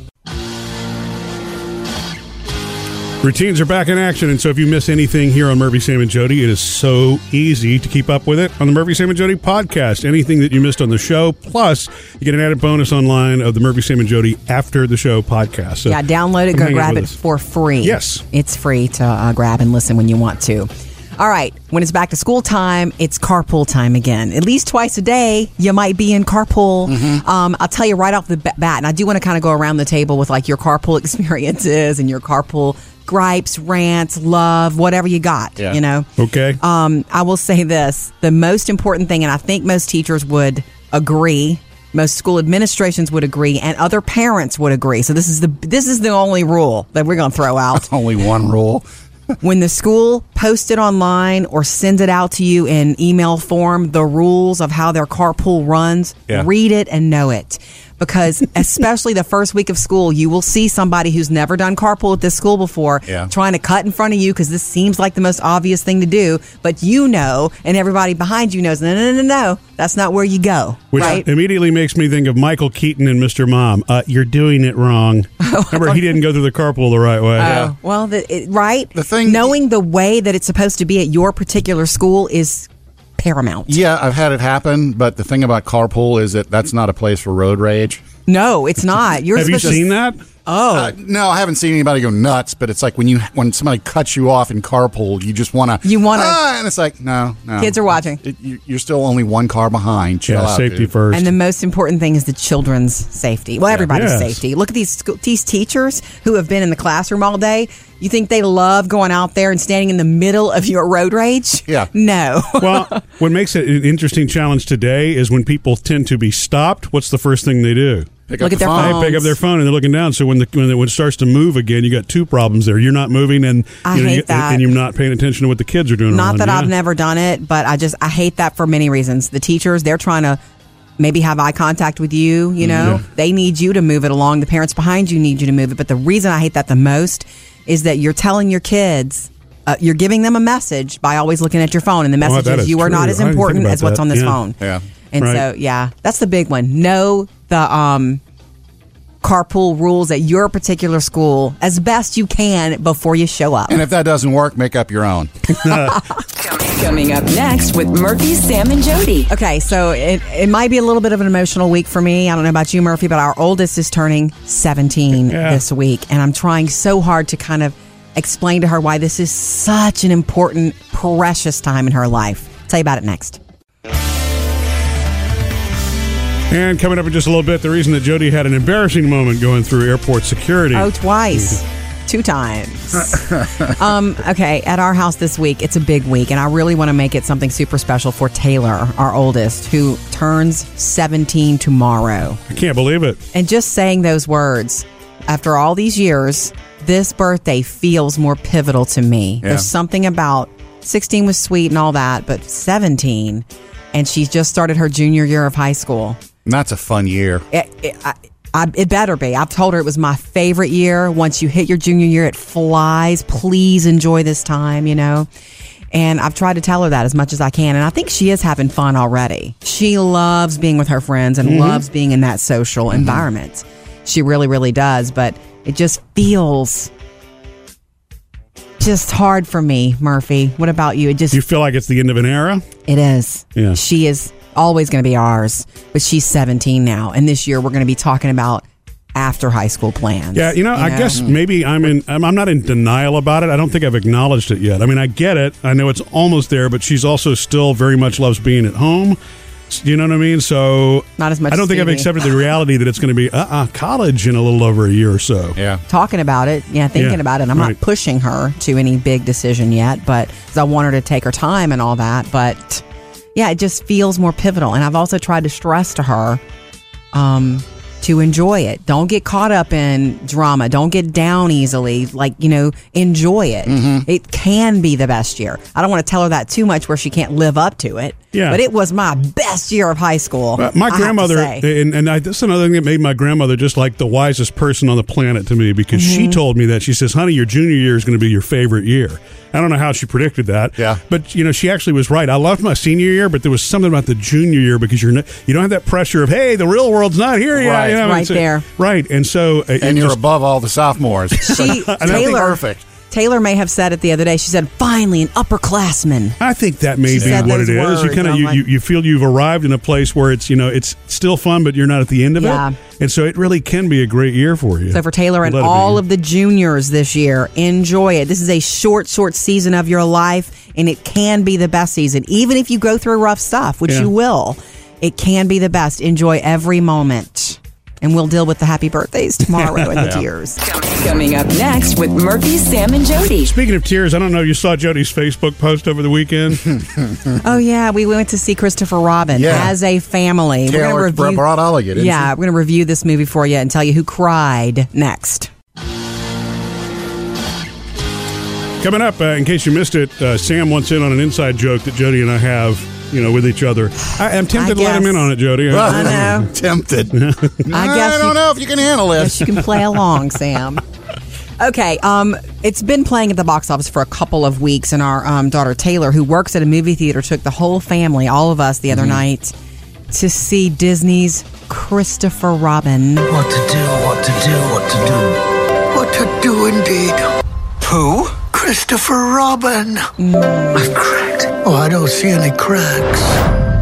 Speaker 1: Routines are back in action, and so if you miss anything here on Murphy, Sam, and Jody, it is so easy to keep up with it on the Murphy, Sam, and Jody podcast. Anything that you missed on the show, plus you get an added bonus online of the Murphy, Sam, and Jody after the show podcast. So
Speaker 2: Yeah, download it.
Speaker 1: come
Speaker 2: Go
Speaker 1: hang out
Speaker 2: grab
Speaker 1: with
Speaker 2: it
Speaker 1: us.
Speaker 2: for free.
Speaker 1: Yes.
Speaker 2: It's free to uh, grab and listen when you want to. All right, when it's back to school time, it's carpool time again. At least twice a day, you might be in carpool.
Speaker 1: Mm-hmm.
Speaker 2: Um, I'll tell you right off the ba- bat, and I do want to kind of go around the table with like your carpool experiences and your carpool gripes, rants, love, whatever you got,
Speaker 3: Yeah.
Speaker 2: you know?
Speaker 1: Okay.
Speaker 2: Um, I will say this the most important thing, and I think most teachers would agree. Most school administrations would agree, and other parents would agree. So this is the this is the only rule that we're going to throw out
Speaker 3: Only one rule.
Speaker 2: when the school posts it online or sends it out to you in email form, the rules of how their carpool runs,
Speaker 3: Yeah.
Speaker 2: read it and know it. Because especially the first week of school, you will see somebody who's never done carpool at this school before
Speaker 3: Yeah.
Speaker 2: trying to cut in front of you because this seems like the most obvious thing to do. But you know, and everybody behind you knows, no, no, no, no, no, that's not where you go.
Speaker 1: Which
Speaker 2: right?
Speaker 1: immediately makes me think of Michael Keaton and Mr. Mom. Uh, you're doing it wrong. Remember, he didn't go through the carpool the right way.
Speaker 2: Oh, well, the, it, right?
Speaker 3: The thing-
Speaker 2: knowing the way that it's supposed to be at your particular school is paramount.
Speaker 3: Yeah, I've had it happen, but the thing about carpool is that that's not a place for road rage.
Speaker 2: No, it's not. You're
Speaker 1: Have you
Speaker 2: supposed to-
Speaker 1: seen that?
Speaker 2: Oh,
Speaker 3: Uh, no, I haven't seen anybody go nuts, but it's like when you when somebody cuts you off in carpool, you just want to
Speaker 2: You wanna-
Speaker 3: ah, and it's like no, no.
Speaker 2: Kids are watching.
Speaker 3: It- you, you're still only one car behind. Chill
Speaker 1: yeah,
Speaker 3: out,
Speaker 1: safety
Speaker 3: dude.
Speaker 1: first.
Speaker 2: and the most important thing is the children's safety. Well, everybody's
Speaker 1: Yes.
Speaker 2: safety. Look at these school, these teachers who have been in the classroom all day. You think they love going out there and standing in the middle of your road rage?
Speaker 3: Yeah.
Speaker 2: No.
Speaker 1: well, what makes it an interesting challenge today is when people tend to be stopped, what's the first thing they do?
Speaker 3: Pick
Speaker 2: Look
Speaker 3: up
Speaker 2: at
Speaker 3: the
Speaker 2: their
Speaker 3: phone.
Speaker 2: phone.
Speaker 1: They pick up their phone and they're looking down. So when the when it, when it starts to move again, you got two problems there. You're not moving, and
Speaker 2: I
Speaker 1: you know,
Speaker 2: hate
Speaker 1: you-
Speaker 2: that.
Speaker 1: and you're not paying attention to what the kids are doing.
Speaker 2: Not
Speaker 1: around
Speaker 2: that
Speaker 1: you.
Speaker 2: I've never done it, but I just I hate that for many reasons. The teachers, they're trying to maybe have eye contact with you,
Speaker 1: Mm-hmm.
Speaker 2: you know. They need you to move it along. The parents behind you need you to move it, but the reason I hate that the most is that you're telling your kids uh, you're giving them a message by always looking at your phone, and the
Speaker 1: Oh,
Speaker 2: message
Speaker 1: that
Speaker 2: is
Speaker 1: is
Speaker 2: you are not
Speaker 1: true.
Speaker 2: as
Speaker 1: I didn't think
Speaker 2: important
Speaker 1: about
Speaker 2: as what's
Speaker 1: that.
Speaker 2: on this
Speaker 1: Yeah.
Speaker 2: phone.
Speaker 3: Yeah.
Speaker 2: and
Speaker 1: Right.
Speaker 2: so yeah, that's the big one. Know the um, carpool rules at your particular school as best you can before you show up.
Speaker 3: And if that doesn't work, make up your own.
Speaker 5: Coming up next with Murphy, Sam, and Jody.
Speaker 2: Okay, so it, it might be a little bit of an emotional week for me. I don't know about you, Murphy, but our oldest is turning 17
Speaker 1: Yeah.
Speaker 2: this week. And I'm trying so hard to kind of explain to her why this is such an important, precious time in her life. Tell you about it next.
Speaker 1: And coming up in just a little bit, the reason that Jody had an embarrassing moment going through airport security.
Speaker 2: Oh, twice. Two times. um, okay, at our house this week, it's a big week, and I really want to make it something super special for Taylor, our oldest, who turns 17 tomorrow.
Speaker 1: I can't believe it.
Speaker 2: And just saying those words after all these years, this birthday feels more pivotal to me.
Speaker 3: Yeah.
Speaker 2: There's something about 16 was sweet and all that, but 17, and she's just started her junior year of high school.
Speaker 3: And that's a fun year.
Speaker 2: It, it, I, I, it better be. I've told her it was my favorite year. Once you hit your junior year, it flies. Please enjoy this time, you know? And I've tried to tell her that as much as I can. And I think she is having fun already. She loves being with her friends and loves being in that social environment. She really, really does. But it just feels just hard for me, Murphy. What about you? It just
Speaker 1: You feel like it's the end of an era.
Speaker 2: it is.
Speaker 1: Yeah.
Speaker 2: She is always going to be ours, but she's 17 now. And this year we're going to be talking about after high school plans.
Speaker 1: Yeah, you know, I guess
Speaker 2: Hmm.
Speaker 1: maybe I'm in. I'm, I'm not in denial about it. I don't think I've acknowledged it yet. I mean, I get it. I know it's almost there, but she's also still very much loves being at home. S- You know what I mean? So
Speaker 2: Not as much
Speaker 1: I don't think I've
Speaker 2: TV.
Speaker 1: accepted the reality that it's going to be uh uh college in a little over a year or so.
Speaker 3: Yeah.
Speaker 2: Talking about it, yeah, thinking
Speaker 1: Yeah,
Speaker 2: about it. I'm
Speaker 1: right.
Speaker 2: not pushing her to any big decision yet, but 'cause I want her to take her time and all that. But yeah, it just feels more pivotal. And I've also tried to stress to her um, to enjoy it. Don't get caught up in drama. Don't get down easily. Like, you know, enjoy it. It can be the best year. I don't want to tell her that too much where she can't live up to it.
Speaker 1: Yeah.
Speaker 2: But it was my best year of high school.
Speaker 1: Uh, my
Speaker 2: I have to
Speaker 1: grandmother,
Speaker 2: say.
Speaker 1: and, and I, this is another thing that made my grandmother just like the wisest person on the planet to me because she
Speaker 2: Mm-hmm.
Speaker 1: told me that. She says, honey, your junior year is going to be your favorite year. I don't know how she predicted that.
Speaker 3: Yeah.
Speaker 1: But, you know, she actually was right. I loved my senior year, but there was something about the junior year because you're not, you don't have that pressure of, hey, the real world's not here yet.
Speaker 3: Right.
Speaker 1: you know,
Speaker 2: Right
Speaker 1: it's a-
Speaker 2: there.
Speaker 1: right. And so, uh, it
Speaker 3: And you're
Speaker 1: just-
Speaker 3: above all the sophomores.
Speaker 2: She,
Speaker 3: That's
Speaker 2: Taylor,
Speaker 3: perfect.
Speaker 2: Taylor may have said it the other day. She said, finally, an upperclassman.
Speaker 1: I think that may
Speaker 2: She
Speaker 1: be
Speaker 2: said
Speaker 1: what it
Speaker 2: those
Speaker 1: is. You
Speaker 2: words,
Speaker 1: kind
Speaker 2: and
Speaker 1: of
Speaker 2: I'm
Speaker 1: you,
Speaker 2: like-
Speaker 1: you, you feel you've arrived in a place where it's you know it's still fun, but you're not at the end of
Speaker 2: Yeah.
Speaker 1: it, and so it really can be a great year for you.
Speaker 2: So for Taylor and
Speaker 1: Let it be.
Speaker 2: all of the juniors this year, enjoy it. This is a short, short season of your life. and it can be the best season, even if you go through rough stuff, which
Speaker 1: Yeah.
Speaker 2: you will. It can be the best. Enjoy every moment, and we'll deal with the happy birthdays tomorrow and the tears.
Speaker 5: Coming up next with Murphy, Sam, and Jody.
Speaker 1: Speaking of tears, I don't know. You saw Jody's Facebook post over the weekend.
Speaker 2: Oh yeah, we went to see Christopher Robin
Speaker 3: Yeah.
Speaker 2: as a family.
Speaker 3: Taylor
Speaker 2: we're gonna review,
Speaker 3: brought all of you, didn't
Speaker 2: yeah, we're gonna review this movie for you and tell you who cried next.
Speaker 1: Coming up, uh, in case you missed it, uh, Sam wants in on an inside joke that Jody and I have, you know, with each other. I, I'm tempted
Speaker 2: I
Speaker 1: to let him
Speaker 2: guess.
Speaker 1: in on it, Jody.
Speaker 2: I know.
Speaker 3: Tempted. I,
Speaker 2: I guess
Speaker 3: don't
Speaker 2: you-
Speaker 3: know if you can handle
Speaker 2: Yes,
Speaker 3: this.
Speaker 2: you can play along, Sam. Okay, um, it's been playing at the box office for a couple of weeks, and our um, daughter Taylor, who works at a movie theater, took the whole family, all of us, the
Speaker 3: Mm-hmm.
Speaker 2: other night to see Disney's Christopher Robin.
Speaker 7: What to do, what to do, what to do. What to do indeed. Who? Christopher Robin. I've cracked. Oh, I don't see any cracks.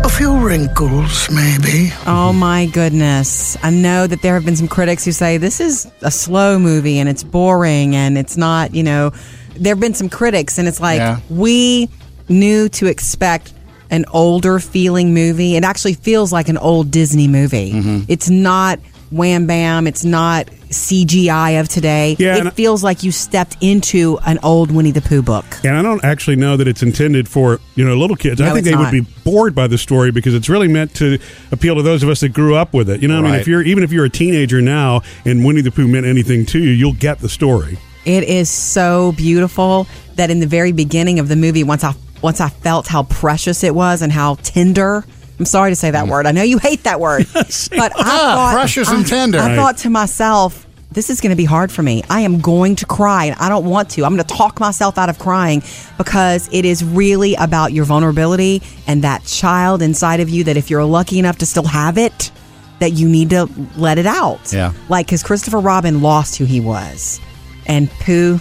Speaker 7: A few wrinkles, maybe.
Speaker 2: Oh my goodness. I know that there have been some critics who say this is a slow movie and it's boring and it's not, you know, there have been some critics and it's like
Speaker 3: Yeah.
Speaker 2: we knew to expect an older feeling movie. It actually feels like an old Disney movie.
Speaker 1: Mm-hmm.
Speaker 2: It's not wham bam, it's not CGI of today.
Speaker 1: Yeah, and I-
Speaker 2: it feels like you stepped into an old Winnie the Pooh book.
Speaker 1: And I don't actually know that it's intended for you know little kids. I
Speaker 2: No,
Speaker 1: think
Speaker 2: it's
Speaker 1: they
Speaker 2: not.
Speaker 1: would be bored by the story because it's really meant to appeal to those of us that grew up with it. You know, what I mean,
Speaker 3: Right.
Speaker 1: if you're even if you're a teenager now and Winnie the Pooh meant anything to you, you'll get the story.
Speaker 2: It is so beautiful that in the very beginning of the movie, once I once I felt how precious it was and how tender. I'm sorry to say that word. I know you hate that word, but I thought
Speaker 3: Mm. precious and
Speaker 2: I-
Speaker 3: tender.
Speaker 2: I
Speaker 3: Right.
Speaker 2: thought to myself, this is going to be hard for me. I am going to cry, and I don't want to. I'm going to talk myself out of crying because it is really about your vulnerability and that child inside of you. That if you're lucky enough to still have it, that you need to let it out.
Speaker 3: Yeah.
Speaker 2: Like, because Christopher Robin lost who he was. And Pooh,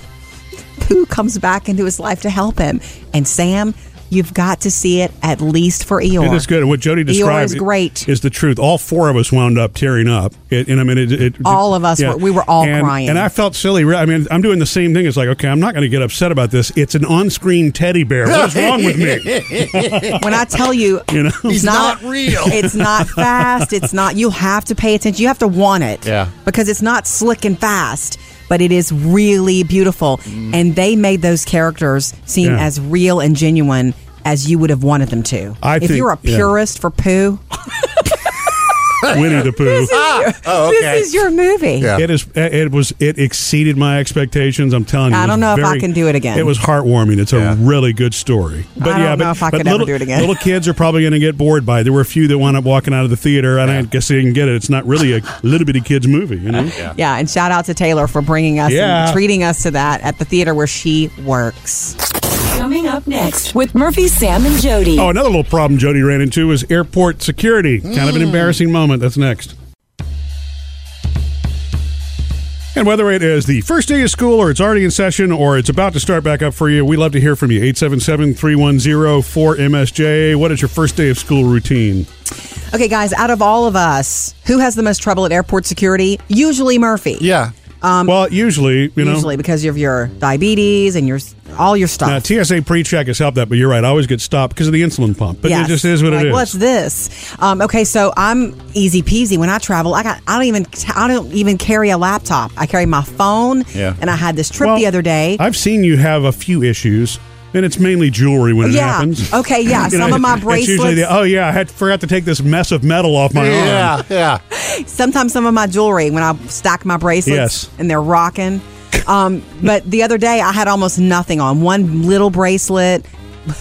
Speaker 2: Pooh comes back into his life to help him. And Sam, you've got to see it at least for Eeyore.
Speaker 1: It is good. And what Jody described
Speaker 2: is great.
Speaker 1: is the truth. All four of us wound up tearing up. It, and I mean, it, it,
Speaker 2: All of us were- we were all
Speaker 1: And-
Speaker 2: crying.
Speaker 1: And I felt silly. Re- I mean, I'm doing the same thing. It's like, okay, I'm not going to get upset about this. It's an on-screen teddy bear. What's wrong with me?
Speaker 2: When I tell you,
Speaker 1: You know?
Speaker 2: it's
Speaker 3: He's not real.
Speaker 2: It's not fast. It's not. You have to pay attention. You have to want it.
Speaker 3: Yeah.
Speaker 2: Because it's not slick and fast, but it is really beautiful. And they made those characters seem
Speaker 1: Mm. Yeah.
Speaker 2: as real and genuine as you would have wanted them to.
Speaker 1: I
Speaker 2: if
Speaker 1: think-
Speaker 2: you're a
Speaker 1: yeah.
Speaker 2: purist for Pooh,
Speaker 1: Winnie the Pooh.
Speaker 3: Oh, okay.
Speaker 2: this is your movie.
Speaker 3: Yeah.
Speaker 1: It is. It was. It exceeded my expectations. I'm telling you.
Speaker 2: I
Speaker 1: It was
Speaker 2: don't know if I can do it again.
Speaker 1: It was heartwarming. It's
Speaker 3: Yeah.
Speaker 1: a really good story. But
Speaker 2: don't
Speaker 1: yeah,
Speaker 2: know
Speaker 1: but,
Speaker 2: if I
Speaker 1: but
Speaker 2: could ever
Speaker 1: little,
Speaker 2: do it again.
Speaker 1: Little kids are probably going to get bored by. it. There were a few that wound up walking out of the theater, and I guess they didn't get it. It's not really a little bitty kids movie. You know.
Speaker 2: Yeah, and shout out to Taylor for bringing us
Speaker 1: Yeah.
Speaker 2: and treating us to that at the theater where she works.
Speaker 5: Coming up next with Murphy, Sam, and Jody.
Speaker 1: Oh, another little problem Jody ran into is airport security. Kind of an embarrassing moment. That's next. And whether it is the first day of school or it's already in session or it's about to start back up for you, we love to hear from you. 877 310 4MSJ. What is your first day of school routine?
Speaker 2: Okay, guys, out of all of us, who has the most trouble at airport security? Usually Murphy.
Speaker 3: yeah.
Speaker 1: well, usually, you know.
Speaker 2: Um, Usually because of your diabetes and your all your stuff.
Speaker 1: Now, TSA pre check has helped that, but you're right. I always get stopped because of the insulin pump. But
Speaker 2: Yes.
Speaker 1: it just is what
Speaker 2: Like,
Speaker 1: it is.
Speaker 2: What's this? Um, okay, so I'm easy peasy when I travel. I got I don't even I don't even carry a laptop. I carry my phone.
Speaker 3: Yeah.
Speaker 2: And I had this trip
Speaker 1: Well,
Speaker 2: the other day.
Speaker 1: I've seen you have a few issues, and it's mainly jewelry when it
Speaker 2: Yeah.
Speaker 1: happens.
Speaker 2: Okay, yeah.
Speaker 1: You know,
Speaker 2: Some of my
Speaker 1: It's usually
Speaker 2: bracelets-
Speaker 1: the, oh yeah, I had forgot to take this mess of metal off my arm.
Speaker 3: Yeah, yeah.
Speaker 2: sometimes some of my jewelry when I stack my bracelets
Speaker 1: Yes.
Speaker 2: and they're rocking. Um, but the other day I had almost nothing on. One little bracelet,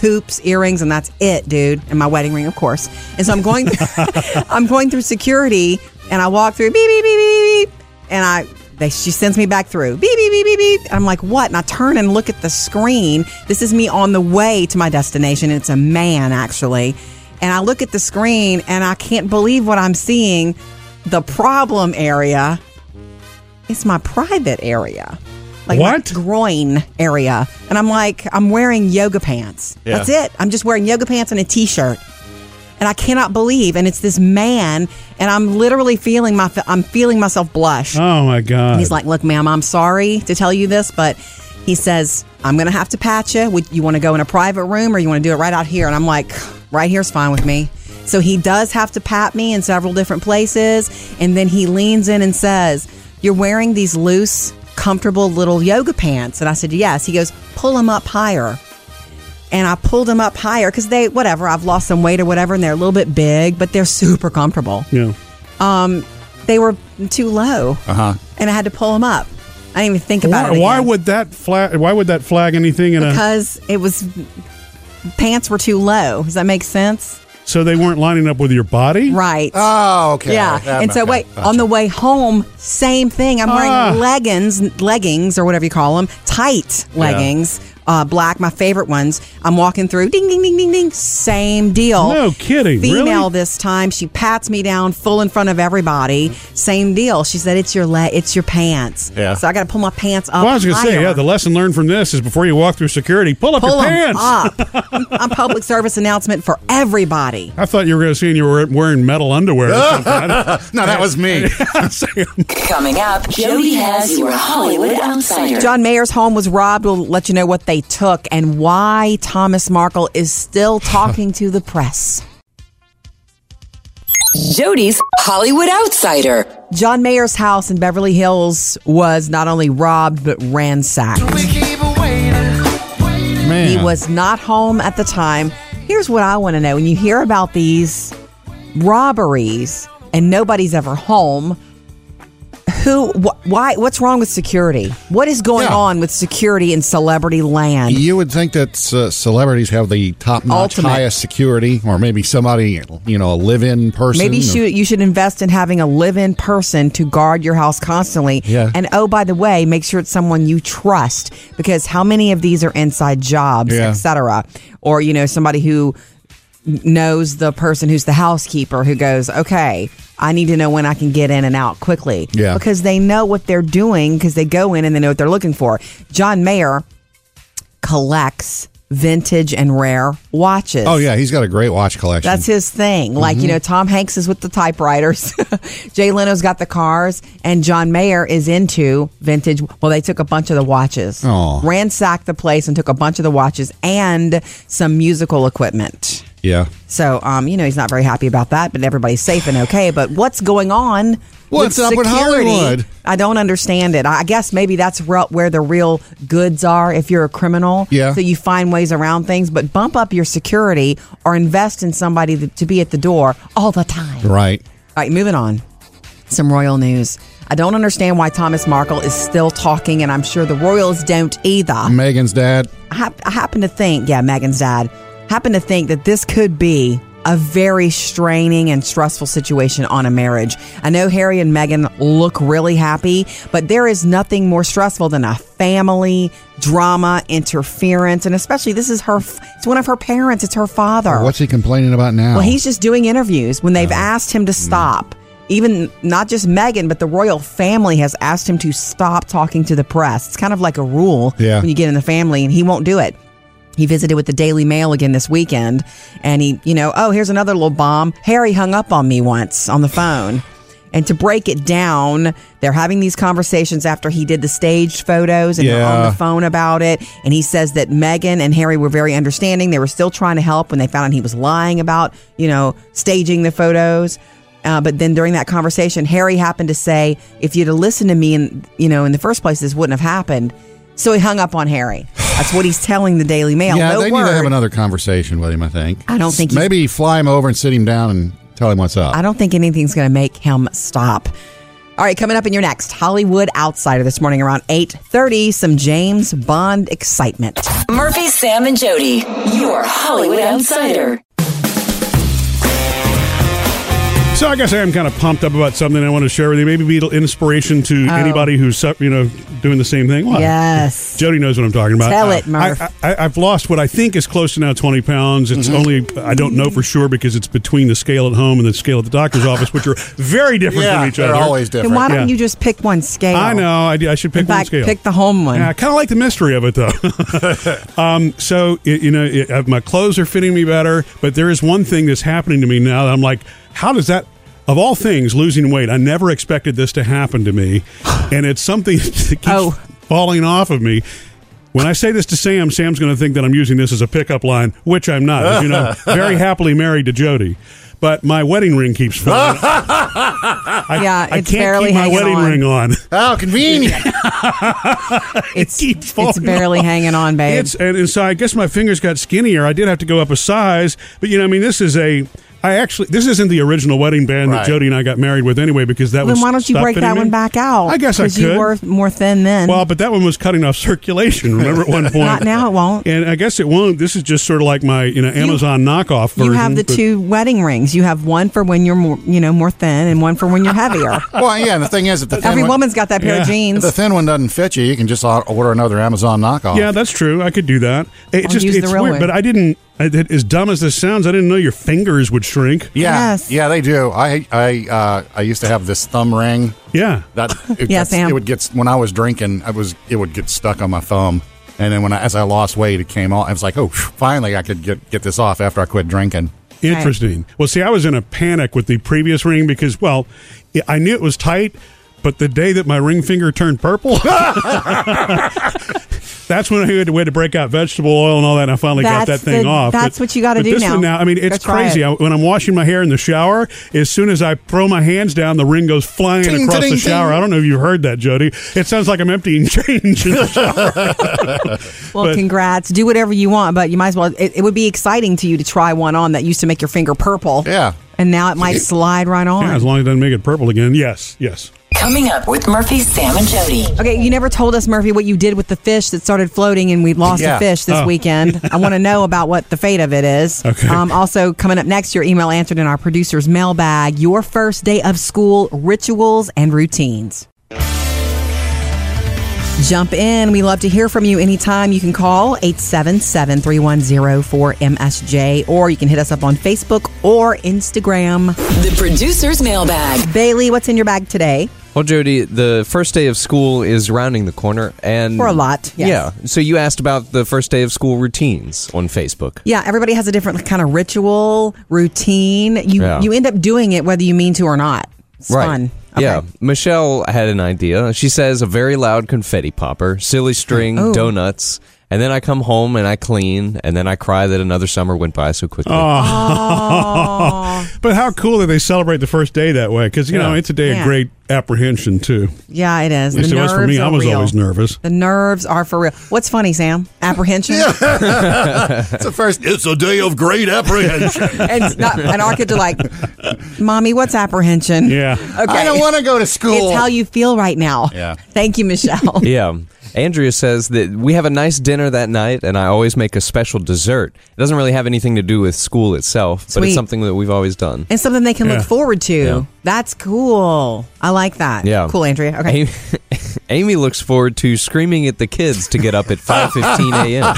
Speaker 2: hoops, earrings, and that's it, dude. And my wedding ring, of course. And so I'm going I'm going through security and I walk through beep beep beep beep beep and I they, she sends me back through beep beep beep beep beep. And I'm like, what? And I turn and look at the screen. This is me on the way to my destination. It's a man actually. And I look at the screen and I can't believe what I'm seeing. The problem area is my private area. Like my
Speaker 1: What?
Speaker 2: groin area. And I'm like, I'm wearing yoga pants.
Speaker 3: Yeah.
Speaker 2: That's it. I'm just wearing yoga pants and a t shirt and I cannot believe. And it's this man, and I'm literally feeling my I'm feeling myself blush.
Speaker 1: Oh my
Speaker 2: And
Speaker 1: god!
Speaker 2: he's like, "Look, ma'am, I'm sorry to tell you this, but," he says, I'm going to have to patch you. Would you want to go in a private room or you want to do it right out here? And I'm like, right here's fine with me. So he does have to pat me in several different places. And then he leans in and says, You're wearing these loose, comfortable little yoga pants. And I said, Yes. He goes, Pull them up higher and I pulled them up higher because they, whatever, I've lost some weight or whatever, and they're a little bit big, but they're super comfortable.
Speaker 1: Yeah.
Speaker 2: They were too low,
Speaker 3: Uh huh.
Speaker 2: and I had to pull them up. I didn't even think about
Speaker 1: Uh-huh. Why,
Speaker 2: it.
Speaker 1: why
Speaker 2: again.
Speaker 1: would that flag? Why would that flag anything in a?
Speaker 2: Because it was pants were too low. Does that make sense?
Speaker 1: So they weren't lining up with your body.
Speaker 2: Right.
Speaker 3: Oh, okay.
Speaker 2: yeah.
Speaker 3: That-
Speaker 2: and so
Speaker 3: okay.
Speaker 2: wait,
Speaker 3: Gotcha.
Speaker 2: on the way home, same thing. I'm
Speaker 1: Ah.
Speaker 2: wearing leggings, leggings or whatever you call them, tight leggings, uh, black, my favorite ones. I'm walking through, ding, ding, ding, ding, ding, same deal.
Speaker 1: No kidding,
Speaker 2: Female
Speaker 1: really?
Speaker 2: this time. She pats me down full in front of everybody. Same deal. She said, "It's your le- it's your pants."
Speaker 3: Yeah.
Speaker 2: So I got to pull my pants up.
Speaker 1: Well, I was gonna say,
Speaker 2: higher.
Speaker 1: yeah. The lesson learned from this is before you walk through security, pull up
Speaker 2: pull
Speaker 1: your
Speaker 2: 'em
Speaker 1: pants.
Speaker 2: up. I'm public service announcement for everybody.
Speaker 1: I thought you were gonna see, and you were wearing metal underwear. Or something.
Speaker 3: No, that was me.
Speaker 5: Coming up, Jody has your Hollywood Outsider.
Speaker 2: John Mayer's home was robbed. We'll let you know what they took and why Thomas Markle is still talking to the press.
Speaker 5: Jody's Hollywood Outsider.
Speaker 2: John Mayer's house in Beverly Hills was not only robbed but ransacked.
Speaker 3: Man.
Speaker 2: He was not home at the time. Here's what I want to know when you hear about these robberies and nobody's ever home, who wh- why what's wrong with security? What is going
Speaker 3: Yeah.
Speaker 2: on with security in celebrity land?
Speaker 3: You would think that uh, celebrities have the top-notch,
Speaker 2: Ultimate.
Speaker 3: highest security, or maybe somebody, you know, a live-in person.
Speaker 2: Maybe you should, you should invest in having a live-in person to guard your house constantly.
Speaker 3: Yeah.
Speaker 2: And oh, by the way, make sure it's someone you trust because how many of these are inside jobs,
Speaker 3: Yeah.
Speaker 2: etc. Or you know somebody who knows the person who's the housekeeper who goes, okay, I need to know when I can get in and out quickly.
Speaker 3: Yeah.
Speaker 2: Because they know what they're doing because they go in and they know what they're looking for. John Mayer collects vintage and rare watches.
Speaker 3: Oh yeah, he's got a great watch collection. Mm-hmm.
Speaker 2: That's his thing. Like, you know, Tom Hanks is with the typewriters, Jay Leno's got the cars, and John Mayer is into vintage. Well, they took a bunch of the watches,
Speaker 3: Aw.
Speaker 2: ransacked the place, and took a bunch of the watches and some musical equipment.
Speaker 3: yeah.
Speaker 2: So, um, you know, he's not very happy about that, but everybody's safe and okay. But what's going on?
Speaker 3: What's up with
Speaker 2: security?
Speaker 3: Hollywood?
Speaker 2: I don't understand it. I guess maybe that's re- where the real goods are if you're a criminal.
Speaker 3: Yeah.
Speaker 2: So you find ways around things, but bump up your security or invest in somebody th- to be at the door all the time.
Speaker 3: Right.
Speaker 2: All right, moving on. Some royal news. I don't understand why Thomas Markle is still talking, and I'm sure the royals don't either.
Speaker 3: Megan's dad.
Speaker 2: I, hap- I happen to think, yeah, Megan's dad, happen to think that this could be a very straining and stressful situation on a marriage. I know Harry and Meghan look really happy, but there is nothing more stressful than a family drama, interference, and especially this is her, f- it's one of her parents, it's her father.
Speaker 3: What's he complaining about now?
Speaker 2: Well, he's just doing interviews when they've asked him to stop. Even not just Meghan, but the royal family has asked him to stop talking to the press. It's kind of like a rule
Speaker 3: Yeah.
Speaker 2: when you get in the family, and he won't do it. He visited with the Daily Mail again this weekend, and he, you know, oh, here's another little bomb. Harry hung up on me once on the phone. And to break it down, they're having these conversations after he did the staged photos and they're on
Speaker 3: Yeah.
Speaker 2: the phone about it. And he says that Megan and Harry were very understanding. They were still trying to help when they found out he was lying about, you know, staging the photos. Uh, but then during that conversation, Harry happened to say, "If you'd have listened to me, and you know, in the first place, this wouldn't have happened." So he hung up on Harry. That's what he's telling the Daily Mail.
Speaker 3: yeah,
Speaker 2: no
Speaker 3: they
Speaker 2: word.
Speaker 3: need to have another conversation with him. I think.
Speaker 2: I don't think he's-
Speaker 3: Maybe fly him over and sit him down and tell him what's up.
Speaker 2: I don't think anything's going to make him stop. All right, coming up in your next Hollywood Outsider this morning around eight thirty, some James Bond excitement.
Speaker 5: Murphy, Sam, and Jody, your Hollywood Outsider.
Speaker 1: So I guess I am kind of pumped up about something I want to share with you. Maybe be an inspiration
Speaker 2: Oh.
Speaker 1: to anybody who's sup- you know doing the same thing. What?
Speaker 2: Yes.
Speaker 1: Jody knows what I'm talking about.
Speaker 2: Tell it, Murph.
Speaker 1: I, I, I've lost what I think is close to now 20 pounds. It's
Speaker 3: Mm-hmm.
Speaker 1: only, I don't know for sure because it's between the scale at home and the scale at the doctor's office, which are very different
Speaker 3: yeah,
Speaker 1: from each
Speaker 3: they're
Speaker 1: other.
Speaker 3: always different.
Speaker 2: Then why don't
Speaker 1: Yeah.
Speaker 2: you just pick one scale?
Speaker 1: I know. I, do- I should pick
Speaker 2: In
Speaker 1: one
Speaker 2: fact,
Speaker 1: scale.
Speaker 2: pick the home one.
Speaker 1: Yeah, I kind of like the mystery of it though. um, so y- you know, it, uh, my clothes are fitting me better, but there is one thing that's happening to me now that I'm like, how does that? Of all things, losing weight, I never expected this to happen to me, and it's something that keeps
Speaker 2: Oh.
Speaker 1: falling off of me. When I say this to Sam, Sam's going to think that I'm using this as a pickup line, which I'm not. As you know, very happily married to Jody, but my wedding ring keeps falling. I,
Speaker 2: Yeah,
Speaker 1: I
Speaker 2: it's
Speaker 1: can't
Speaker 2: barely
Speaker 1: keep my
Speaker 2: hanging
Speaker 1: wedding
Speaker 2: on.
Speaker 1: ring on.
Speaker 3: How Oh, convenient.
Speaker 2: It's
Speaker 1: keeps
Speaker 2: it's
Speaker 1: falling
Speaker 2: barely
Speaker 1: off.
Speaker 2: hanging on, babe.
Speaker 1: It's and, and so I guess my fingers got skinnier. I did have to go up a size, but you know, I mean, this is a. I actually, this isn't the original wedding band
Speaker 3: Right.
Speaker 1: that Jody and I got married with anyway, because that was.
Speaker 2: then why don't you
Speaker 1: stopped
Speaker 2: break
Speaker 1: fitting
Speaker 2: that
Speaker 1: me.
Speaker 2: one back out?
Speaker 1: I guess I
Speaker 2: because
Speaker 1: could.
Speaker 2: you were more thin then.
Speaker 1: Well, but that one was cutting off circulation. Remember at one point.
Speaker 2: Not now, it won't.
Speaker 1: And I guess it won't. This is just sort of like my you know Amazon knockoff version.
Speaker 2: you have the
Speaker 1: but-
Speaker 2: two wedding rings. You have one for when you're more, you know, more thin, and one for when you're heavier.
Speaker 3: well, yeah. And the thing is, if the thin
Speaker 2: Every
Speaker 3: one,
Speaker 2: woman's got that pair of
Speaker 1: Yeah.
Speaker 3: if
Speaker 2: jeans.
Speaker 3: the thin one doesn't fit you, you can just uh, order another Amazon knockoff.
Speaker 1: Yeah, that's true. I could do that. It
Speaker 2: I'll
Speaker 1: just
Speaker 2: use the
Speaker 1: it's
Speaker 2: real
Speaker 1: weird,
Speaker 2: one.
Speaker 1: but I didn't. I, that- as dumb as this sounds, I didn't know your fingers would shrink.
Speaker 3: Yeah,
Speaker 2: Yes.
Speaker 3: yeah, they do. I I uh, I used to have this thumb ring
Speaker 1: Yeah.
Speaker 3: that it,
Speaker 2: Yeah,
Speaker 3: gets-
Speaker 2: Sam.
Speaker 3: it would get when I was drinking. I was it would get stuck on my thumb, and then when I, as I lost weight, it came off. I was like, oh, phew, finally, I could get get this off after I quit drinking.
Speaker 1: Interesting. Well, see, I was in a panic with the previous ring because, well, I knew it was tight, but the day that my ring finger turned purple, that's when I had to, we had to break out vegetable oil and all that, and I finally got that
Speaker 2: That's
Speaker 1: thing
Speaker 2: the-
Speaker 1: off.
Speaker 2: that's what you gotta
Speaker 1: but
Speaker 2: do
Speaker 1: this
Speaker 2: now.
Speaker 1: One now. I mean,
Speaker 2: Go
Speaker 1: it's
Speaker 2: try
Speaker 1: crazy.
Speaker 2: it.
Speaker 1: I, when I'm washing my hair in the shower, as soon as I throw my hands down, the ring goes flying
Speaker 3: Ting,
Speaker 1: across
Speaker 3: ta-ding,
Speaker 1: the shower.
Speaker 3: ting.
Speaker 1: I don't know if you've heard that, Jody. It sounds like I'm emptying change in the shower.
Speaker 2: well,
Speaker 1: but-
Speaker 2: congrats. Do whatever you want, but you might as well. It, it would be exciting to you to try one on that used to make your finger purple.
Speaker 3: Yeah.
Speaker 2: And now it might slide right on.
Speaker 1: yeah, as long as it doesn't make it purple again. Yes, yes.
Speaker 5: Coming up with Murphy, Sam, and Jody.
Speaker 2: Okay, you never told us, Murphy, what you did with the fish that started floating and we lost
Speaker 3: Yeah.
Speaker 2: a fish this
Speaker 1: Oh.
Speaker 2: weekend. I want to know about what the fate of it is.
Speaker 1: Okay.
Speaker 2: Um, also, coming up next, your email answered in our producer's mailbag your first day of school rituals and routines. Jump in. We love to hear from you anytime. You can call 877 310 4MSJ or you can hit us up on Facebook or Instagram.
Speaker 5: The producer's mailbag.
Speaker 2: Bailey, what's in your bag today?
Speaker 4: Well, Jody, the first day of school is rounding the corner, and
Speaker 2: For a lot, yes.
Speaker 4: Yeah. So you asked about the first day of school routines on Facebook.
Speaker 2: Yeah, everybody has a different kind of ritual, routine. You
Speaker 4: Yeah.
Speaker 2: you end up doing it whether you mean to or not. It's fun. Okay.
Speaker 4: Yeah. Michelle had an idea. She says a very loud confetti popper, silly string,
Speaker 2: Oh.
Speaker 4: donuts, and then I come home and I clean, and then I cry that another summer went by so quickly.
Speaker 2: Ah.
Speaker 1: But how cool that they celebrate the first day that way? Because you know
Speaker 4: Yeah.
Speaker 1: it's a day
Speaker 2: Yeah.
Speaker 1: of great apprehension too.
Speaker 2: Yeah, it is.
Speaker 1: At least
Speaker 2: the
Speaker 1: it was
Speaker 2: nerves
Speaker 1: for me. I
Speaker 2: are
Speaker 1: was
Speaker 2: real.
Speaker 1: always nervous.
Speaker 2: The nerves are for real. What's funny, Sam? Apprehension?
Speaker 3: It's the first.
Speaker 8: It's a day of great apprehension.
Speaker 2: and, not, and our kids are like, Mommy, what's apprehension?
Speaker 1: Yeah.
Speaker 2: Okay.
Speaker 3: I don't want to go to school.
Speaker 2: It's how you feel right now.
Speaker 3: Yeah.
Speaker 2: Thank you, Michelle.
Speaker 4: Yeah. Andrea says that we have a nice dinner that night, and I always make a special dessert. It doesn't really have anything to do with school itself, but
Speaker 2: Sweet.
Speaker 4: it's something that we've always done.
Speaker 2: And something they can
Speaker 1: Yeah.
Speaker 2: look forward to. That's cool. I like that.
Speaker 4: Yeah.
Speaker 2: Cool, Andrea. Okay.
Speaker 4: Amy, Amy looks forward to screaming at the kids to get up at 5:15 a.m.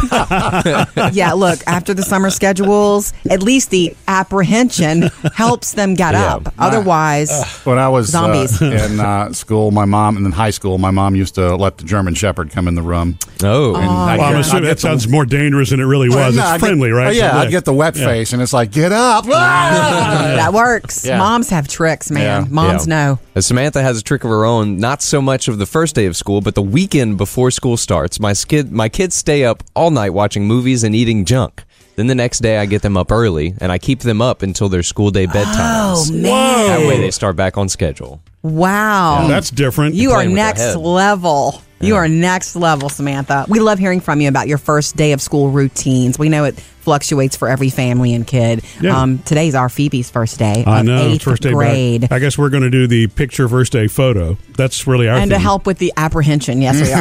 Speaker 2: yeah, look, after the summer schedules, at least the apprehension helps them get
Speaker 4: Yeah.
Speaker 2: up. Otherwise,
Speaker 3: When I was uh,
Speaker 2: Zombies.
Speaker 3: in uh, school, my mom, and then high school, my mom used to let the German Shepherd come in the room.
Speaker 4: Oh.
Speaker 3: And I'd
Speaker 1: Well, I'm assuming
Speaker 3: get- I'd
Speaker 1: that
Speaker 3: get the-
Speaker 1: sounds more dangerous than it really was.
Speaker 3: No, I'd
Speaker 1: it's
Speaker 3: get-
Speaker 1: friendly, right?
Speaker 3: Oh, yeah,
Speaker 1: So,
Speaker 3: I'd get the wet
Speaker 1: yeah.
Speaker 3: face, and it's like, get up.
Speaker 2: that works.
Speaker 3: Yeah.
Speaker 2: Moms have tricks, man.
Speaker 3: Yeah.
Speaker 2: Moms
Speaker 4: Yeah.
Speaker 2: know.
Speaker 4: Uh, Samantha has a trick of her own, not so much of the first day of school, but the weekend before school starts. My skid, my kids stay up all night watching movies and eating junk. Then the next day I get them up early and I keep them up until their school day bedtime.
Speaker 2: Oh, man.
Speaker 1: Whoa,
Speaker 4: That way they start back on schedule.
Speaker 2: Wow.
Speaker 1: that's different.
Speaker 2: you are
Speaker 4: playing with their
Speaker 2: next
Speaker 4: head.
Speaker 2: level. You are next level, Samantha. We love hearing from you about your first day of school routines. We know it fluctuates for every family and kid.
Speaker 1: Yeah.
Speaker 2: Um, today's our Phoebe's first day
Speaker 1: I
Speaker 2: of
Speaker 1: know.
Speaker 2: eighth
Speaker 1: it's First day
Speaker 2: grade.
Speaker 1: Back. I guess we're going to do the picture first day photo. That's really our
Speaker 2: and to
Speaker 1: thing.
Speaker 2: help with the apprehension. Yes, we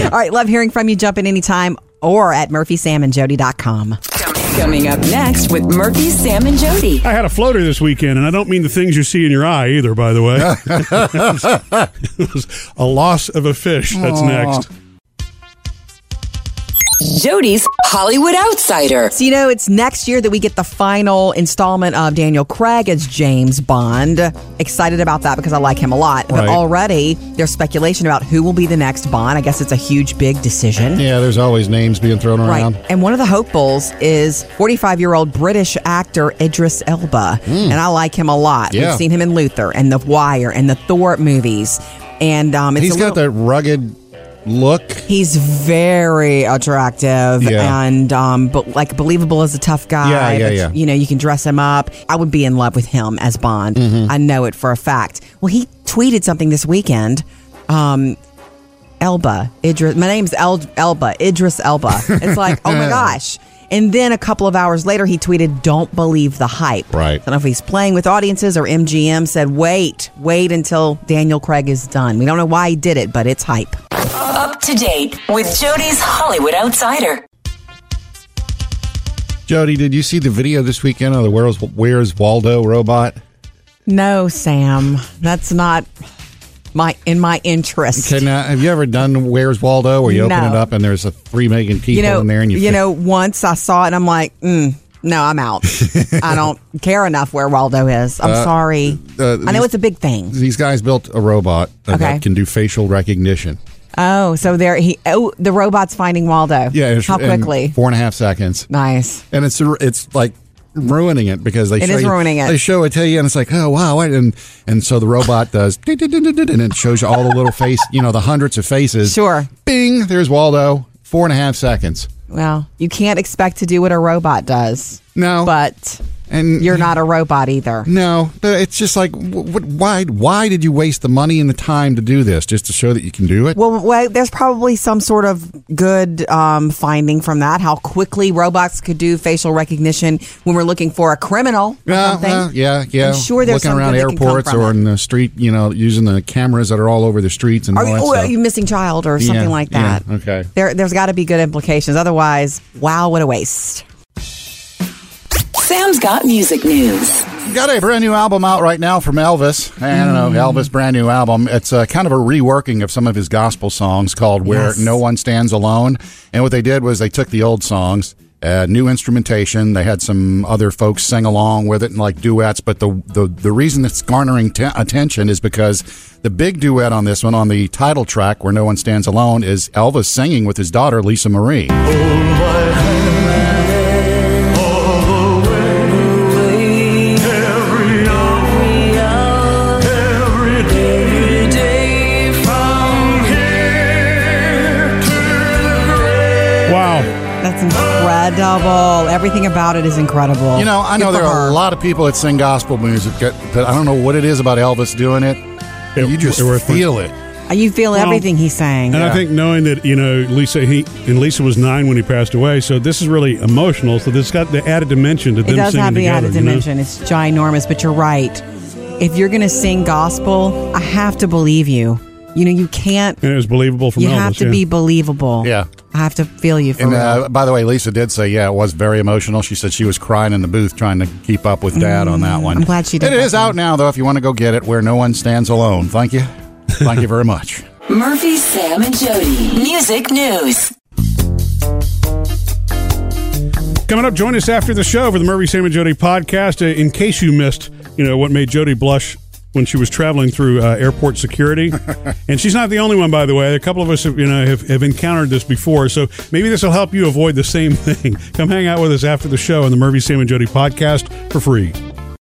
Speaker 2: are. All right, love hearing from you. Jump in anytime or at murphysamandjody.com.
Speaker 5: Coming up next with Murphy, Sam, and Jody.
Speaker 1: I had a floater this weekend, and I don't mean the things you see in your eye either. By the way, it was a loss of a fish. That's next.
Speaker 5: Jody's Hollywood Outsider.
Speaker 2: So, you know, it's next year that we get the final installment of Daniel Craig as James Bond. Excited about that because I like him a lot. But
Speaker 3: Right.
Speaker 2: already there's speculation about who will be the next Bond. I guess it's a huge, big decision.
Speaker 3: Yeah, there's always names being thrown
Speaker 2: Right. And one of the hopefuls is 45 year old British actor Idris Elba. And I like him a lot.
Speaker 3: Hmm. Yeah.
Speaker 2: We've seen him in Luther and The Wire and the Thor movies. And um, it's
Speaker 3: He's
Speaker 2: a
Speaker 3: got
Speaker 2: little-
Speaker 3: that rugged look.
Speaker 2: He's very attractive
Speaker 3: Yeah.
Speaker 2: and um, but like believable as a tough guy.
Speaker 3: Yeah, yeah,
Speaker 2: but,
Speaker 3: yeah.
Speaker 2: You know, you can dress him up. I would be in love with him as Bond.
Speaker 3: Mm-hmm.
Speaker 2: I know it for a fact. Well, he tweeted something this weekend. Um, Elba Idris. My name's El- Elba Idris Elba. It's like, oh my gosh. And then a couple of hours later, he tweeted, "Don't believe the hype."
Speaker 3: Right.
Speaker 2: I don't know if he's playing with audiences or MGM said, "Wait, wait until Daniel Craig is done." We don't know why he did it, but it's hype.
Speaker 5: Up to date with Jody's Hollywood Outsider.
Speaker 3: Jody, did you see the video this weekend of the Where's, Where's Waldo robot?
Speaker 2: No, Sam, that's not my in my interest.
Speaker 3: Okay, now, uh, have you ever done Where's Waldo where you open
Speaker 2: No.
Speaker 3: it up and there's a three million people
Speaker 2: you know,
Speaker 3: in there and you,
Speaker 2: you know, once I saw it, I'm like, mm, no, I'm out. I don't care enough where Waldo is. I'm sorry.
Speaker 3: uh,
Speaker 2: I know
Speaker 3: these-
Speaker 2: it's a big thing.
Speaker 3: these guys built a robot that
Speaker 2: Okay.
Speaker 3: can do facial recognition.
Speaker 2: Oh, so there he. Oh, the robot's finding Waldo.
Speaker 3: Yeah, it's-
Speaker 2: how
Speaker 3: in
Speaker 2: quickly?
Speaker 3: Four and a half seconds.
Speaker 2: Nice.
Speaker 3: and it's it's like ruining it because they
Speaker 2: It
Speaker 3: show
Speaker 2: is
Speaker 3: you,
Speaker 2: ruining it.
Speaker 3: They show it to you, and it's like, oh wow, wait. and and so the robot does, "Doo, doo, doo, doo, doo," and it shows you all the little face, you know, the hundreds of faces.
Speaker 2: Sure.
Speaker 3: Bing, there's Waldo. Four and a half seconds.
Speaker 2: Well, you can't expect to do what a robot does.
Speaker 3: No.
Speaker 2: but
Speaker 3: And
Speaker 2: you're not a robot either.
Speaker 3: No, but it's just like, wh- wh- why? Why did you waste the money and the time to do this just to show that you can do it?
Speaker 2: Well, well, there's probably some sort of good um, finding from that. How quickly robots could do facial recognition when we're looking for a criminal. Or
Speaker 3: Yeah,
Speaker 2: something.
Speaker 3: Uh, well, yeah, yeah.
Speaker 2: I'm sure there's
Speaker 3: looking
Speaker 2: some
Speaker 3: around
Speaker 2: good that can come
Speaker 3: airports
Speaker 2: from
Speaker 3: or
Speaker 2: it.
Speaker 3: in the street, you know, using the cameras that are all over the streets and
Speaker 2: Are
Speaker 3: all
Speaker 2: you,
Speaker 3: that
Speaker 2: oh,
Speaker 3: stuff.
Speaker 2: are you missing child or something
Speaker 3: Yeah,
Speaker 2: like
Speaker 3: yeah,
Speaker 2: that?
Speaker 3: okay.
Speaker 2: There, there's got to be good implications. Otherwise, wow, what a waste.
Speaker 5: Sam's got music news.
Speaker 3: Got a brand new album out right now from Elvis. I don't know,
Speaker 2: Mm.
Speaker 3: Elvis' brand new album. It's uh, kind of a reworking of some of his gospel songs called Where
Speaker 2: Yes.
Speaker 3: No One Stands Alone. And what they did was they took the old songs, uh, new instrumentation. They had some other folks sing along with it and like duets. But the, the, the reason it's garnering t- attention is because the big duet on this one, on the title track, Where No One Stands Alone, is Elvis singing with his daughter, Lisa Marie.
Speaker 1: Wow.
Speaker 2: That's incredible. Everything about it is incredible.
Speaker 3: You know, I
Speaker 2: Good
Speaker 3: know there
Speaker 2: for
Speaker 3: are
Speaker 2: her.
Speaker 3: a lot of people that sing gospel music, but but I don't know what it is about Elvis doing it.
Speaker 1: It-
Speaker 3: you just
Speaker 1: it worked.
Speaker 3: feel it.
Speaker 2: You feel everything he's saying.
Speaker 1: And I think knowing that you know Lisa, he and Lisa was nine when he passed away, so this is really emotional. So this got the added dimension to
Speaker 2: It
Speaker 1: them
Speaker 2: does
Speaker 1: singing
Speaker 2: have the
Speaker 1: together.
Speaker 2: added
Speaker 1: you know?
Speaker 2: dimension. It's ginormous, but you're right. If you're going to sing gospel, I have to believe you. You know, you can't.
Speaker 1: And it was believable from
Speaker 2: You
Speaker 1: Elvis.
Speaker 2: have to
Speaker 1: yeah.
Speaker 2: be believable.
Speaker 3: Yeah.
Speaker 2: I have to feel you for
Speaker 3: And
Speaker 2: real.
Speaker 3: uh, by the way, Lisa did say, yeah, it was very emotional. She said she was crying in the booth trying to keep up with Dad on that one.
Speaker 2: Mm, I'm glad she did
Speaker 3: It
Speaker 2: that
Speaker 3: is out now, though, if you want to go get it, where no one stands alone. Thank you. Thank you very much.
Speaker 5: Murphy, Sam, and Jody. Music news.
Speaker 1: Coming up, join us after the show for the Murphy Sam and Jody podcast. Uh, in case you missed, you know what made Jody blush when she was traveling through uh, airport security, and she's not the only one, by the way. A couple of us, have, you know, have, have encountered this before, so maybe this will help you avoid the same thing. Come hang out with us after the show on the Murphy Sam and Jody podcast for free.